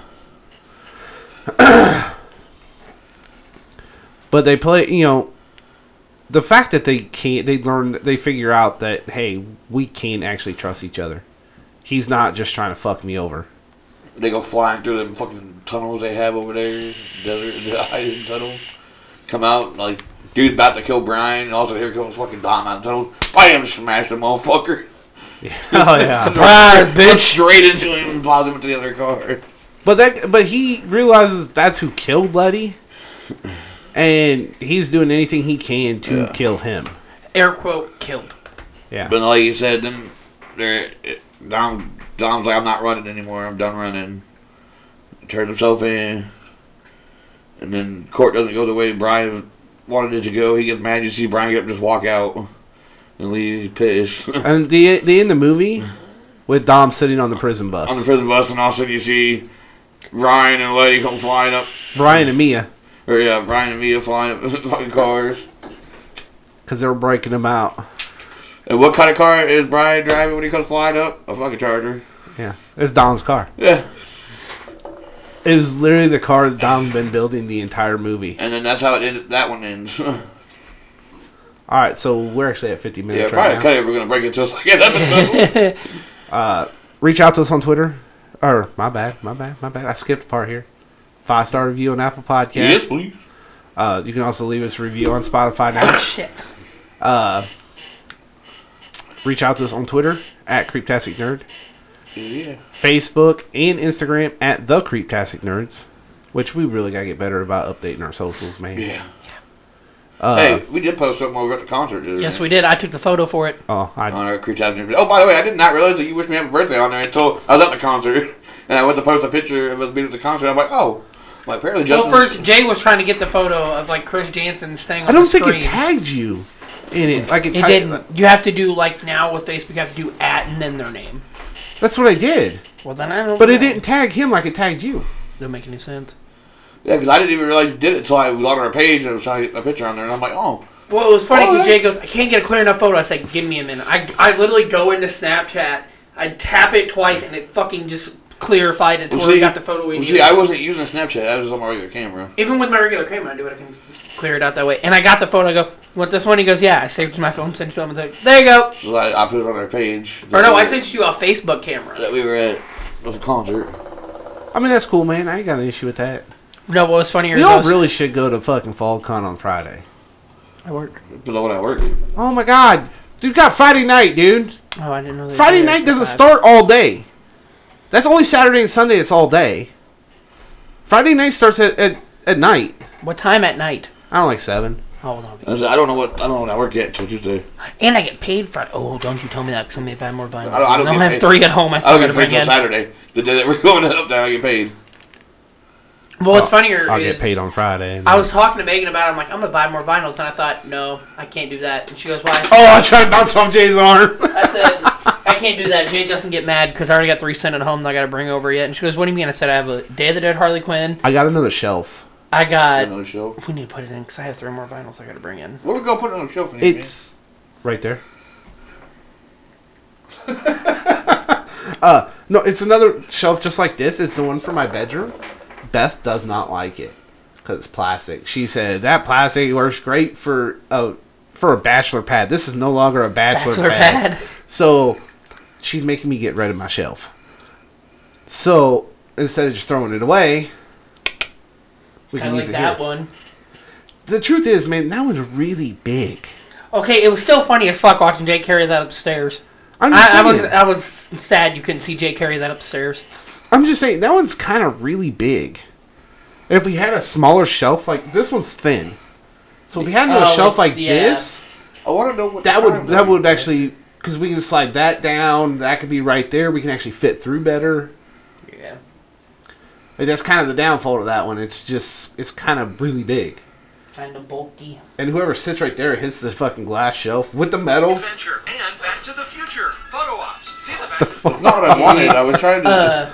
Speaker 1: But they play, you know, the fact that they can't, they learn, they figure out that hey, we can actually trust each other. He's not just trying to fuck me over.
Speaker 3: They go flying through them fucking tunnels they have over there, desert the hiding tunnel. Come out like dude's about to kill Brian, and also here comes fucking Dom out of the tunnel. Bam, smash the motherfucker.
Speaker 1: Oh yeah.
Speaker 4: Surprise, bitch.
Speaker 3: Straight into him and plows him into the other car.
Speaker 1: But that, but he realizes that's who killed Letty, and he's doing anything he can to
Speaker 3: Yeah.
Speaker 1: kill him.
Speaker 2: Air quote, killed.
Speaker 1: Yeah,
Speaker 3: But like you said, then there Dom Dom's like, I'm not running anymore. I'm done running. Turned himself in, and then court doesn't go the way Brian wanted it to go. He gets mad. You see Brian get up, just walk out and leave. He's pissed on
Speaker 1: and the the end of the movie with Dom sitting on the prison
Speaker 3: the
Speaker 1: bus,
Speaker 3: prison bus, and all of a sudden you see Ryan and Letty come flying up,
Speaker 1: Brian and Mia,
Speaker 3: or yeah, Brian and Mia flying up in the fucking cars.
Speaker 1: because they were breaking him out.
Speaker 3: And what kind of car is Brian driving when he comes flying up? A fucking Charger.
Speaker 1: Yeah, it's Dom's car.
Speaker 3: Yeah.
Speaker 1: is literally the car that Dom been building the entire movie.
Speaker 3: And then that's how it ended, that one ends. yeah,
Speaker 1: All right, so we're actually at 50 minutes
Speaker 3: probably
Speaker 1: right
Speaker 3: cut
Speaker 1: now.
Speaker 3: it if we're gonna break it just like that.
Speaker 1: Reach out to us on Twitter. Or my bad, my bad, my bad. I skipped a part here. Five star review on Apple Podcasts.
Speaker 3: Yes, please.
Speaker 1: Uh, you can also leave us a review on Spotify now.
Speaker 4: Shit.
Speaker 1: Reach out to us on Twitter at Creeptastic Nerd,
Speaker 3: Yeah.
Speaker 1: Facebook, and Instagram at the Creeptastic Nerds, which we really gotta get better about updating our socials, man. Uh,
Speaker 3: Yeah. hey, we did post something over at the concert. Didn't
Speaker 4: Yes, we did. I took the photo for it.
Speaker 1: Oh, I
Speaker 3: on our crew tab. Oh, by the way, I did not realize that you wished me happy birthday on there until I was at the concert, and I went to post a picture of us being at the concert. I'm like, oh, well, apparently
Speaker 2: Well,
Speaker 3: Justin.
Speaker 2: first Jay was trying to get the photo of like Chris Jansen's thing. On
Speaker 1: I don't
Speaker 2: the
Speaker 1: think
Speaker 2: screen.
Speaker 1: it tagged you in it. Like it,
Speaker 4: It
Speaker 1: tagged-
Speaker 4: didn't. You have to do like now with Facebook. You have to do at and then their name.
Speaker 1: That's what I did,
Speaker 4: Well, then I don't.
Speaker 1: but
Speaker 4: know.
Speaker 1: it didn't tag him like it tagged you.
Speaker 4: Doesn't make any sense.
Speaker 3: Yeah, because I didn't even realize you did it until I was on our page and I was trying to get a picture on there, and I'm like, oh,
Speaker 2: Well, it was funny
Speaker 3: Oh,
Speaker 2: because
Speaker 3: that-
Speaker 2: Jay goes, I can't get a clear enough photo. I said, give me a minute. I, I literally go into Snapchat, I tap it twice, and it fucking just clarified it to
Speaker 3: Well,
Speaker 2: where we
Speaker 3: see-
Speaker 2: got the photo we
Speaker 3: well,
Speaker 2: needed.
Speaker 3: see, I wasn't using Snapchat. I was on my regular camera.
Speaker 2: Even with my regular camera, I do it. I can
Speaker 4: Clear it out that way. And I got the photo. I go, want this one? He goes, yeah. I saved my phone, sent it to him. I was like, there you go.
Speaker 3: So I, I put it on our page.
Speaker 2: Or no, I sent you a Facebook camera.
Speaker 3: that we were at the concert.
Speaker 1: I mean, that's cool, man. I ain't got an issue with that.
Speaker 4: No, what was funnier
Speaker 1: We
Speaker 4: is I,
Speaker 1: all
Speaker 4: was,
Speaker 1: really should go to fucking FallCon on Friday.
Speaker 4: I work.
Speaker 3: Below when I work.
Speaker 1: Oh my god, dude, got Friday night, dude.
Speaker 4: Oh, I didn't know. they
Speaker 1: Friday
Speaker 4: did
Speaker 1: night
Speaker 4: this
Speaker 1: doesn't
Speaker 4: live.
Speaker 1: start all day. That's only Saturday and Sunday. It's all day. Friday night starts at, at, at night.
Speaker 4: What time at night?
Speaker 1: I don't like seven.
Speaker 4: Oh, hold on.
Speaker 1: Uh,
Speaker 3: I said, I don't know what I don't know when I work yet until Tuesday.
Speaker 4: And I get paid Friday. Oh, don't you tell me that because I may buy more vinyl.
Speaker 3: I don't- I don't get
Speaker 4: have
Speaker 3: paid.
Speaker 4: three at home. I
Speaker 3: I
Speaker 4: still
Speaker 3: don't
Speaker 4: got to
Speaker 3: get paid
Speaker 4: bring
Speaker 3: until
Speaker 4: in.
Speaker 3: Saturday. The day that we're going up there, I get paid.
Speaker 2: Well, what's funnier
Speaker 1: I'll
Speaker 2: is
Speaker 1: get paid on Friday. and-
Speaker 2: I was talking to Megan about it. I'm like, I'm going to buy more vinyls. And I thought, no, I can't do that. And she goes, why? I said,
Speaker 1: Oh, I tried to bounce off Jay's arm.
Speaker 2: I said,
Speaker 4: I can't do that. Jay doesn't get mad because I already got three sent at home that I got to bring over yet. And she goes, "What do you mean?" I said, "I have a Day of the Dead Harley Quinn.
Speaker 1: I got another shelf.
Speaker 4: I
Speaker 3: I,
Speaker 4: got.
Speaker 3: on the shelf.
Speaker 4: We need to put it in because I have three more vinyls I got to bring in.
Speaker 3: Where we gonna put it on the shelf? Andy, man?
Speaker 1: It's right there. uh, no, it's another shelf just like this. It's the one for my bedroom. Beth does not like it because it's plastic. She said that plastic works great for a for a bachelor pad. This is no longer a bachelor,
Speaker 4: Bachelor
Speaker 1: pad.
Speaker 4: pad.
Speaker 1: So she's making me get rid of my shelf. So instead of just throwing it away, we
Speaker 2: kind
Speaker 1: can
Speaker 2: of
Speaker 1: use
Speaker 2: like
Speaker 1: it
Speaker 2: that
Speaker 1: here.
Speaker 2: one.
Speaker 1: The truth is, man, that one's really big.
Speaker 2: Okay, it was still funny as fuck watching Jay carry that upstairs.
Speaker 1: I'm just
Speaker 2: I, I was
Speaker 1: saying.
Speaker 2: I was sad you couldn't see Jay carry that upstairs.
Speaker 1: I'm just saying that one's kind of really big. If we had a smaller shelf, like this one's thin, so if we had another
Speaker 2: Oh,
Speaker 1: shelf like
Speaker 2: yeah.
Speaker 1: this,
Speaker 3: I want to know what
Speaker 1: that
Speaker 3: the
Speaker 1: would
Speaker 3: time
Speaker 1: that
Speaker 3: is.
Speaker 1: would actually because we can slide that down. That could be right there. We can actually fit through better.
Speaker 2: Yeah.
Speaker 1: Like, that's kind of the downfall of that one. It's just it's kind of really big.
Speaker 2: Kind of bulky.
Speaker 1: And whoever sits right there hits the fucking glass shelf with the metal.
Speaker 5: Adventure and Back to the Future. Photo ops. See the back.
Speaker 3: It's not what I wanted. I was trying to.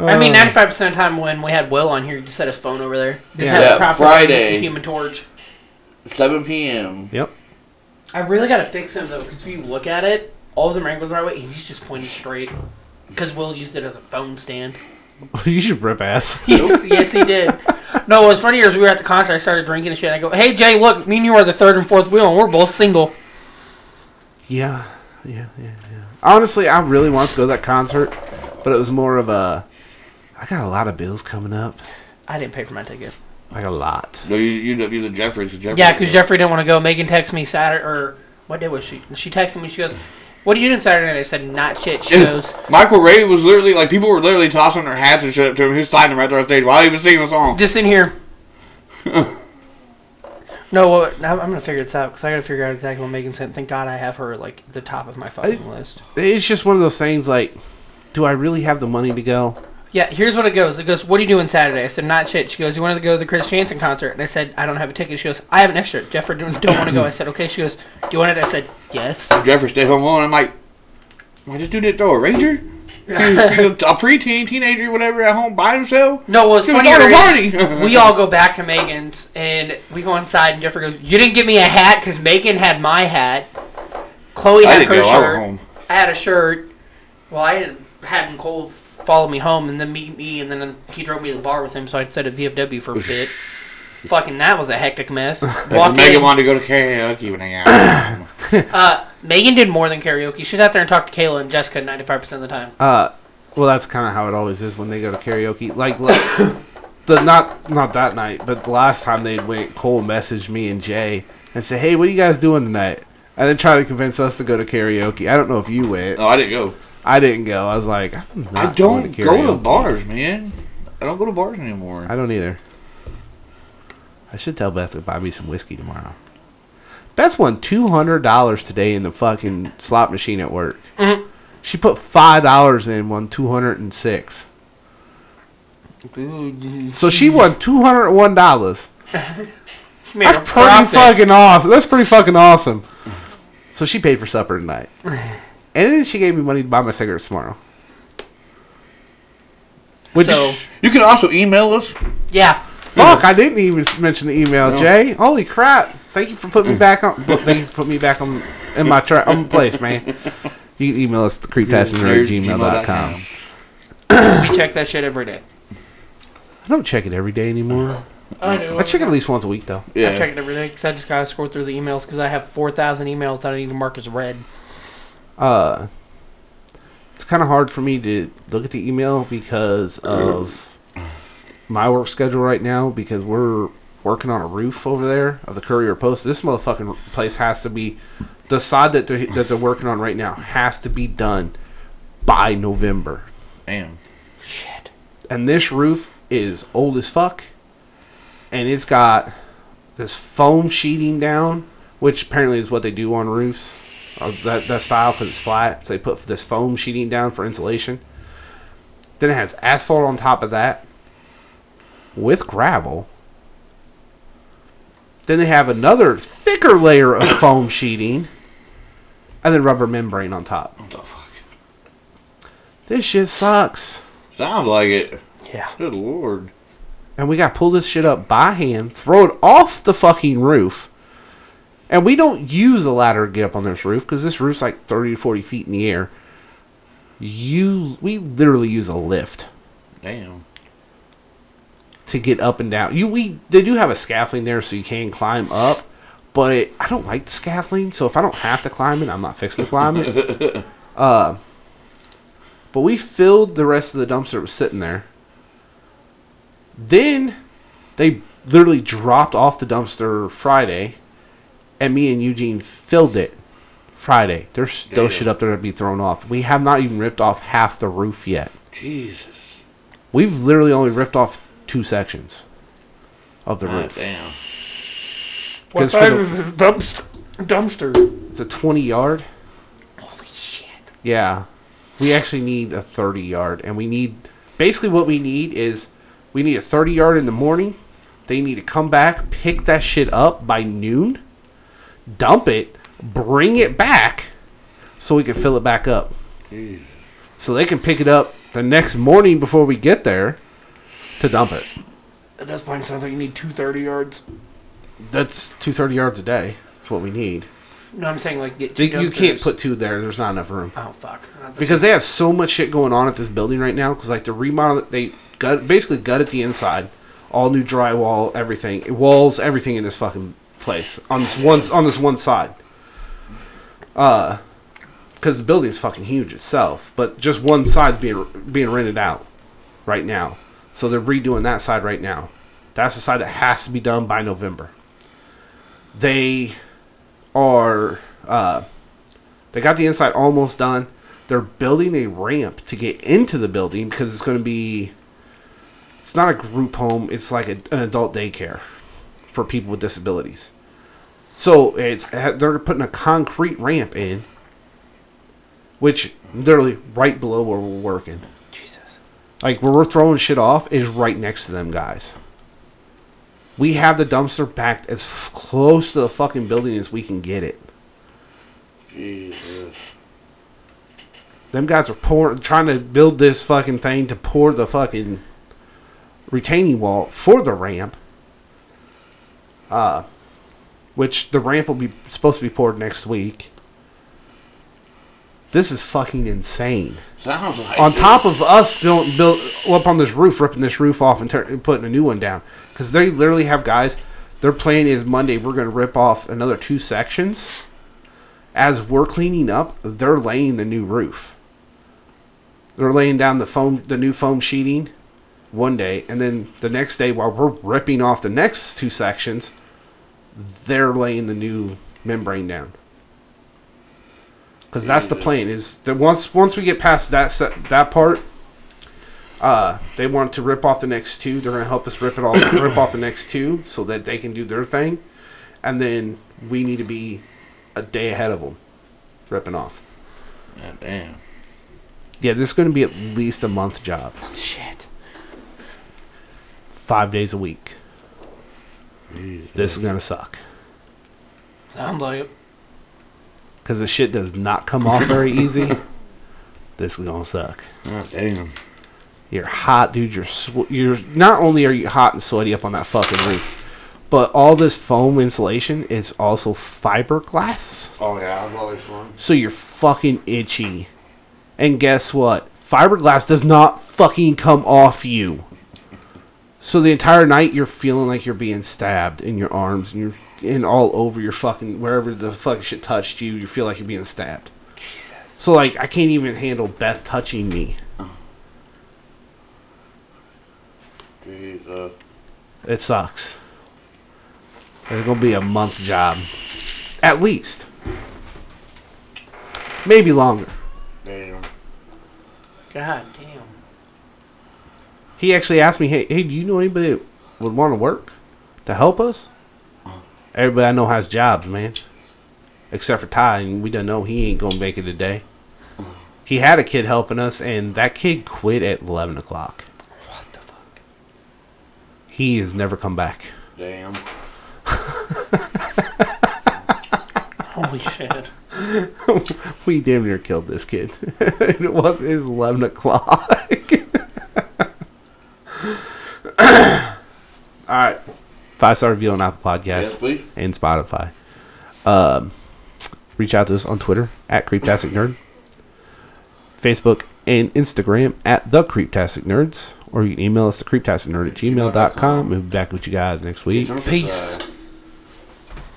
Speaker 2: Uh, I
Speaker 1: Uh,
Speaker 2: mean, ninety-five percent of the time when we had Will on here, he just set his phone over there. Just
Speaker 1: Yeah.
Speaker 2: had it
Speaker 3: Yeah,
Speaker 2: propped up
Speaker 3: Friday.
Speaker 2: like a Human Torch.
Speaker 3: 7 p.m.
Speaker 1: Yep.
Speaker 2: I really gotta fix him though, because if you look at it, all of them are angled the right way, and he's just pointing straight. Because Will used it as a phone stand.
Speaker 1: you should rip ass.
Speaker 2: Yes, yes, he did. No, what was funny is we were at the concert. I started drinking and shit. I go, "Hey Jay, look, me and you are the third and fourth wheel, and we're both single."
Speaker 1: Yeah, yeah, yeah, yeah. Honestly, I really wanted to go to that concert, but it was more of a. I got a lot of bills coming up.
Speaker 2: I didn't pay for my ticket.
Speaker 1: Like a lot.
Speaker 3: No, you you the, you the Jeffries. Cause Jeffries
Speaker 2: Yeah, because Jeffrey didn't want to go. Megan texted me Saturday, or what day was she? She texted me. She goes, "What are you doing Saturday?" night?" I said, "Not shit." She goes,
Speaker 3: Michael Ray was literally like people were literally tossing their hats and shit up to him. He was signing right there on stage while he was singing a song.
Speaker 2: "Just in here."
Speaker 4: No, well, now I'm gonna figure this out because I gotta figure out exactly what Megan sent. Thank God I have her like the top of my fucking list.
Speaker 1: It's just one of those things like, do I really have the money to go?
Speaker 2: Yeah, here's what it goes. It goes, "What are you doing Saturday?" I said, "Not shit." She goes, "You wanted to go to the Chris Jansen concert?" And I said, "I don't have a ticket." She goes, "I have an extra." Jeffrey didn't- don't want to go. I said, "Okay." She goes, "Do you want it?" I said, "Yes."
Speaker 3: Jeffrey stayed home alone. I'm like, why this dude didn't throw a ranger? He was, he was a preteen, teenager, whatever, at home by himself.
Speaker 2: No, what's
Speaker 3: She was
Speaker 2: funny
Speaker 3: throwing a
Speaker 2: is
Speaker 3: party.
Speaker 2: we all go back to Megan's and we go inside and Jeffrey goes, "You didn't give me a hat because Megan had my hat. Chloe
Speaker 3: I
Speaker 2: had
Speaker 3: didn't
Speaker 2: her
Speaker 3: go. I
Speaker 2: shirt.
Speaker 3: went home.
Speaker 2: I had a shirt. Well, I had had cold
Speaker 4: follow me home and then meet me, and then he drove me to the bar with him, so I would set a VFW for a bit. Fucking, that was a hectic mess. Walk
Speaker 3: Megan
Speaker 4: in.
Speaker 3: wanted to go to karaoke when I got home.
Speaker 4: Uh, Megan did more than karaoke. She sat there and talked to Kayla and Jessica 95% of the time.
Speaker 1: Uh, well, that's kind of how it always is when they go to karaoke. Like, like the not not that night, but the last time they went, Cole messaged me and Jay and said, "Hey, what are you guys doing tonight?" And then try to convince us to go to karaoke. I don't know if you went.
Speaker 3: No, I didn't go.
Speaker 1: I didn't go. Oh. I was like, I'm not
Speaker 3: I don't
Speaker 1: going to
Speaker 3: go to
Speaker 1: karaoke.
Speaker 3: bars, man. I don't go to bars anymore.
Speaker 1: I don't either. I should tell Beth to buy me some whiskey tomorrow. Beth won two hundred dollars today in the fucking slot machine at work.
Speaker 4: Mm-hmm.
Speaker 1: She put five dollars in, won two hundred and six. So she won two hundred and one dollars.
Speaker 4: She made
Speaker 1: That's
Speaker 4: a
Speaker 1: pretty
Speaker 4: profit.
Speaker 1: fucking awesome. That's pretty fucking awesome. So she paid for supper tonight, and then she gave me money to buy my cigarettes tomorrow. Which
Speaker 4: So,
Speaker 3: You can also email us.
Speaker 4: yeah.
Speaker 1: Fuck, I didn't even s- mention the email,
Speaker 3: No.
Speaker 1: Jay. Holy crap. Thank you for putting me back on. bu- Thank you for putting me back on in my tra- on place, man. You can email us at
Speaker 3: Nerd-
Speaker 1: creeptassenger at com.
Speaker 3: gmail.com.
Speaker 4: We check that shit every day.
Speaker 1: I don't check it every day anymore.
Speaker 2: I know.
Speaker 1: I check it at least once a week, though.
Speaker 4: I check
Speaker 3: Yeah.
Speaker 4: it every day because I just gotta scroll through the emails because I have four thousand emails that I need to mark as read.
Speaker 1: Uh, it's kind of hard for me to look at the email because of my work schedule right now because we're working on a roof over there of the courier post this motherfucking place has to be the sod that they're, that they're working on right now has to be done by november
Speaker 3: Damn.
Speaker 1: and this roof is old as fuck and it's got this foam sheeting down which apparently is what they do on roofs of that, that style because it's flat so they put this foam sheeting down for insulation then it has asphalt on top of that with gravel then they have another thicker layer of foam sheeting and then rubber membrane on top
Speaker 3: What the fuck?
Speaker 1: this shit sucks
Speaker 3: Sounds like it.
Speaker 4: Yeah.
Speaker 3: Good lord.
Speaker 1: and we got to pull this shit up by hand, throw it off the fucking roof. And we don't use a ladder to get up on this roof because this roof's like 30 to 40 feet in the air. You, we literally use a lift
Speaker 3: Damn.
Speaker 1: to get up and down. You, we, they do have a scaffolding there so you can climb up, but I don't like the scaffolding. So if I don't have to climb it, I'm not fixing to climb it. uh, but we filled the rest of the dumpster that was sitting there. Then they literally dropped off the dumpster Friday, and me and Eugene filled it Friday. There's still
Speaker 3: Damn.
Speaker 1: shit up there to be thrown off. We have not even ripped off half the roof yet.
Speaker 3: Jesus.
Speaker 1: We've literally only ripped off two sections of the
Speaker 3: God
Speaker 1: roof.
Speaker 3: Ah, damn.
Speaker 1: What size for the- is
Speaker 4: this dumpster? Dumpster.
Speaker 1: It's a 20 yard.
Speaker 4: Holy shit.
Speaker 1: Yeah. We actually need a 30 yard. And we need basically what we need is we need a 30 yard in the morning. They need to come back, pick that shit up by noon, dump it, bring it back so we can fill it back up.
Speaker 3: Jesus.
Speaker 1: So they can pick it up the next morning before we get there to dump it.
Speaker 4: At this point, it sounds like you need two thirty yards.
Speaker 1: That's two thirty yards a day. That's what we need.
Speaker 4: No, I'm saying like get two
Speaker 1: They- you can't
Speaker 4: dumpsters.
Speaker 1: put two there. There's not enough room
Speaker 4: Oh fuck. That's-
Speaker 1: because they have so much shit going on at this building right now. Because like the remodel, they gut basically gutted the inside, all new drywall, everything, walls, everything in this fucking place on this one on this one side. Uh, because the building's fucking huge itself, but just one side's being being rented out right now. So they're redoing that side right now. That's the side that has to be done by November. They are uh, they got the inside almost done. They're building a ramp to get into the building because it's going to be. It's not a group home. It's like a, an adult daycare for people with disabilities. So it's they're putting a concrete ramp in, which literally right below where we're working.
Speaker 4: Jesus.
Speaker 1: Like where we're throwing shit off is right next to them guys. We have the dumpster packed as f- close to the fucking building as we can get it.
Speaker 3: Jesus.
Speaker 1: Them guys are pouring, trying to build this fucking thing to pour the fucking retaining wall for the ramp. Uh, which the ramp will be supposed to be poured next week. This is fucking insane.
Speaker 3: Sounds like
Speaker 1: on
Speaker 3: it.
Speaker 1: top of us going build up on this roof, ripping this roof off and, turn, and putting a new one down, because they literally have guys. Their plan is Monday we're going to rip off another two sections. As we're cleaning up, they're laying the new roof. They're laying down the foam, the new foam sheeting, one day, and then the next day while we're ripping off the next two sections, they're laying the new membrane down. Because that's the plan. Is that once once we get past that set, that part, uh, they want to rip off the next two. They're gonna help us rip it off, rip off the next two, so that they can do their thing, and then we need to be a day ahead of them, ripping off.
Speaker 3: God damn.
Speaker 1: Yeah, this is gonna be at least a month job,
Speaker 4: Shit.
Speaker 1: five days a week. This is gonna suck
Speaker 4: Sounds like it.
Speaker 1: because the shit does not come off very easy. this is gonna suck.
Speaker 3: God damn.
Speaker 1: You're hot, dude. You're sw- you're not only are you hot and sweaty up on that fucking roof, but all this foam insulation is also fiberglass,
Speaker 3: Oh yeah, I've always fun.
Speaker 1: so you're fucking itchy. And guess what? Fiberglass does not fucking come off you. So the entire night you're feeling like you're being stabbed in your arms and you're in all over your fucking wherever the fucking shit touched you, you feel like you're being stabbed. So like I can't even handle Beth touching me.
Speaker 3: Jesus.
Speaker 1: It sucks. It's gonna be a month job, at least. Maybe longer.
Speaker 3: Damn.
Speaker 4: God damn.
Speaker 1: He actually asked me, "Hey, hey, do you know anybody that would want to work to help us?" Everybody I know has jobs, man. Except for Ty, and we don't know he ain't gonna make it today. He had a kid helping us, and that kid quit at eleven o'clock.
Speaker 4: What the fuck?
Speaker 1: He has never come back.
Speaker 3: Damn.
Speaker 4: Holy shit.
Speaker 1: we damn near killed this kid. it was it was eleven o'clock. All right, five star review on Apple Podcasts
Speaker 3: Yes, please.
Speaker 1: and Spotify. Um, reach out to us on Twitter at Creeptastic Nerd, Facebook and Instagram at the Creeptastic Nerds, or you can email us at creeptasticnerd at gmail.com. We'll be back with you guys next week.
Speaker 4: Peace.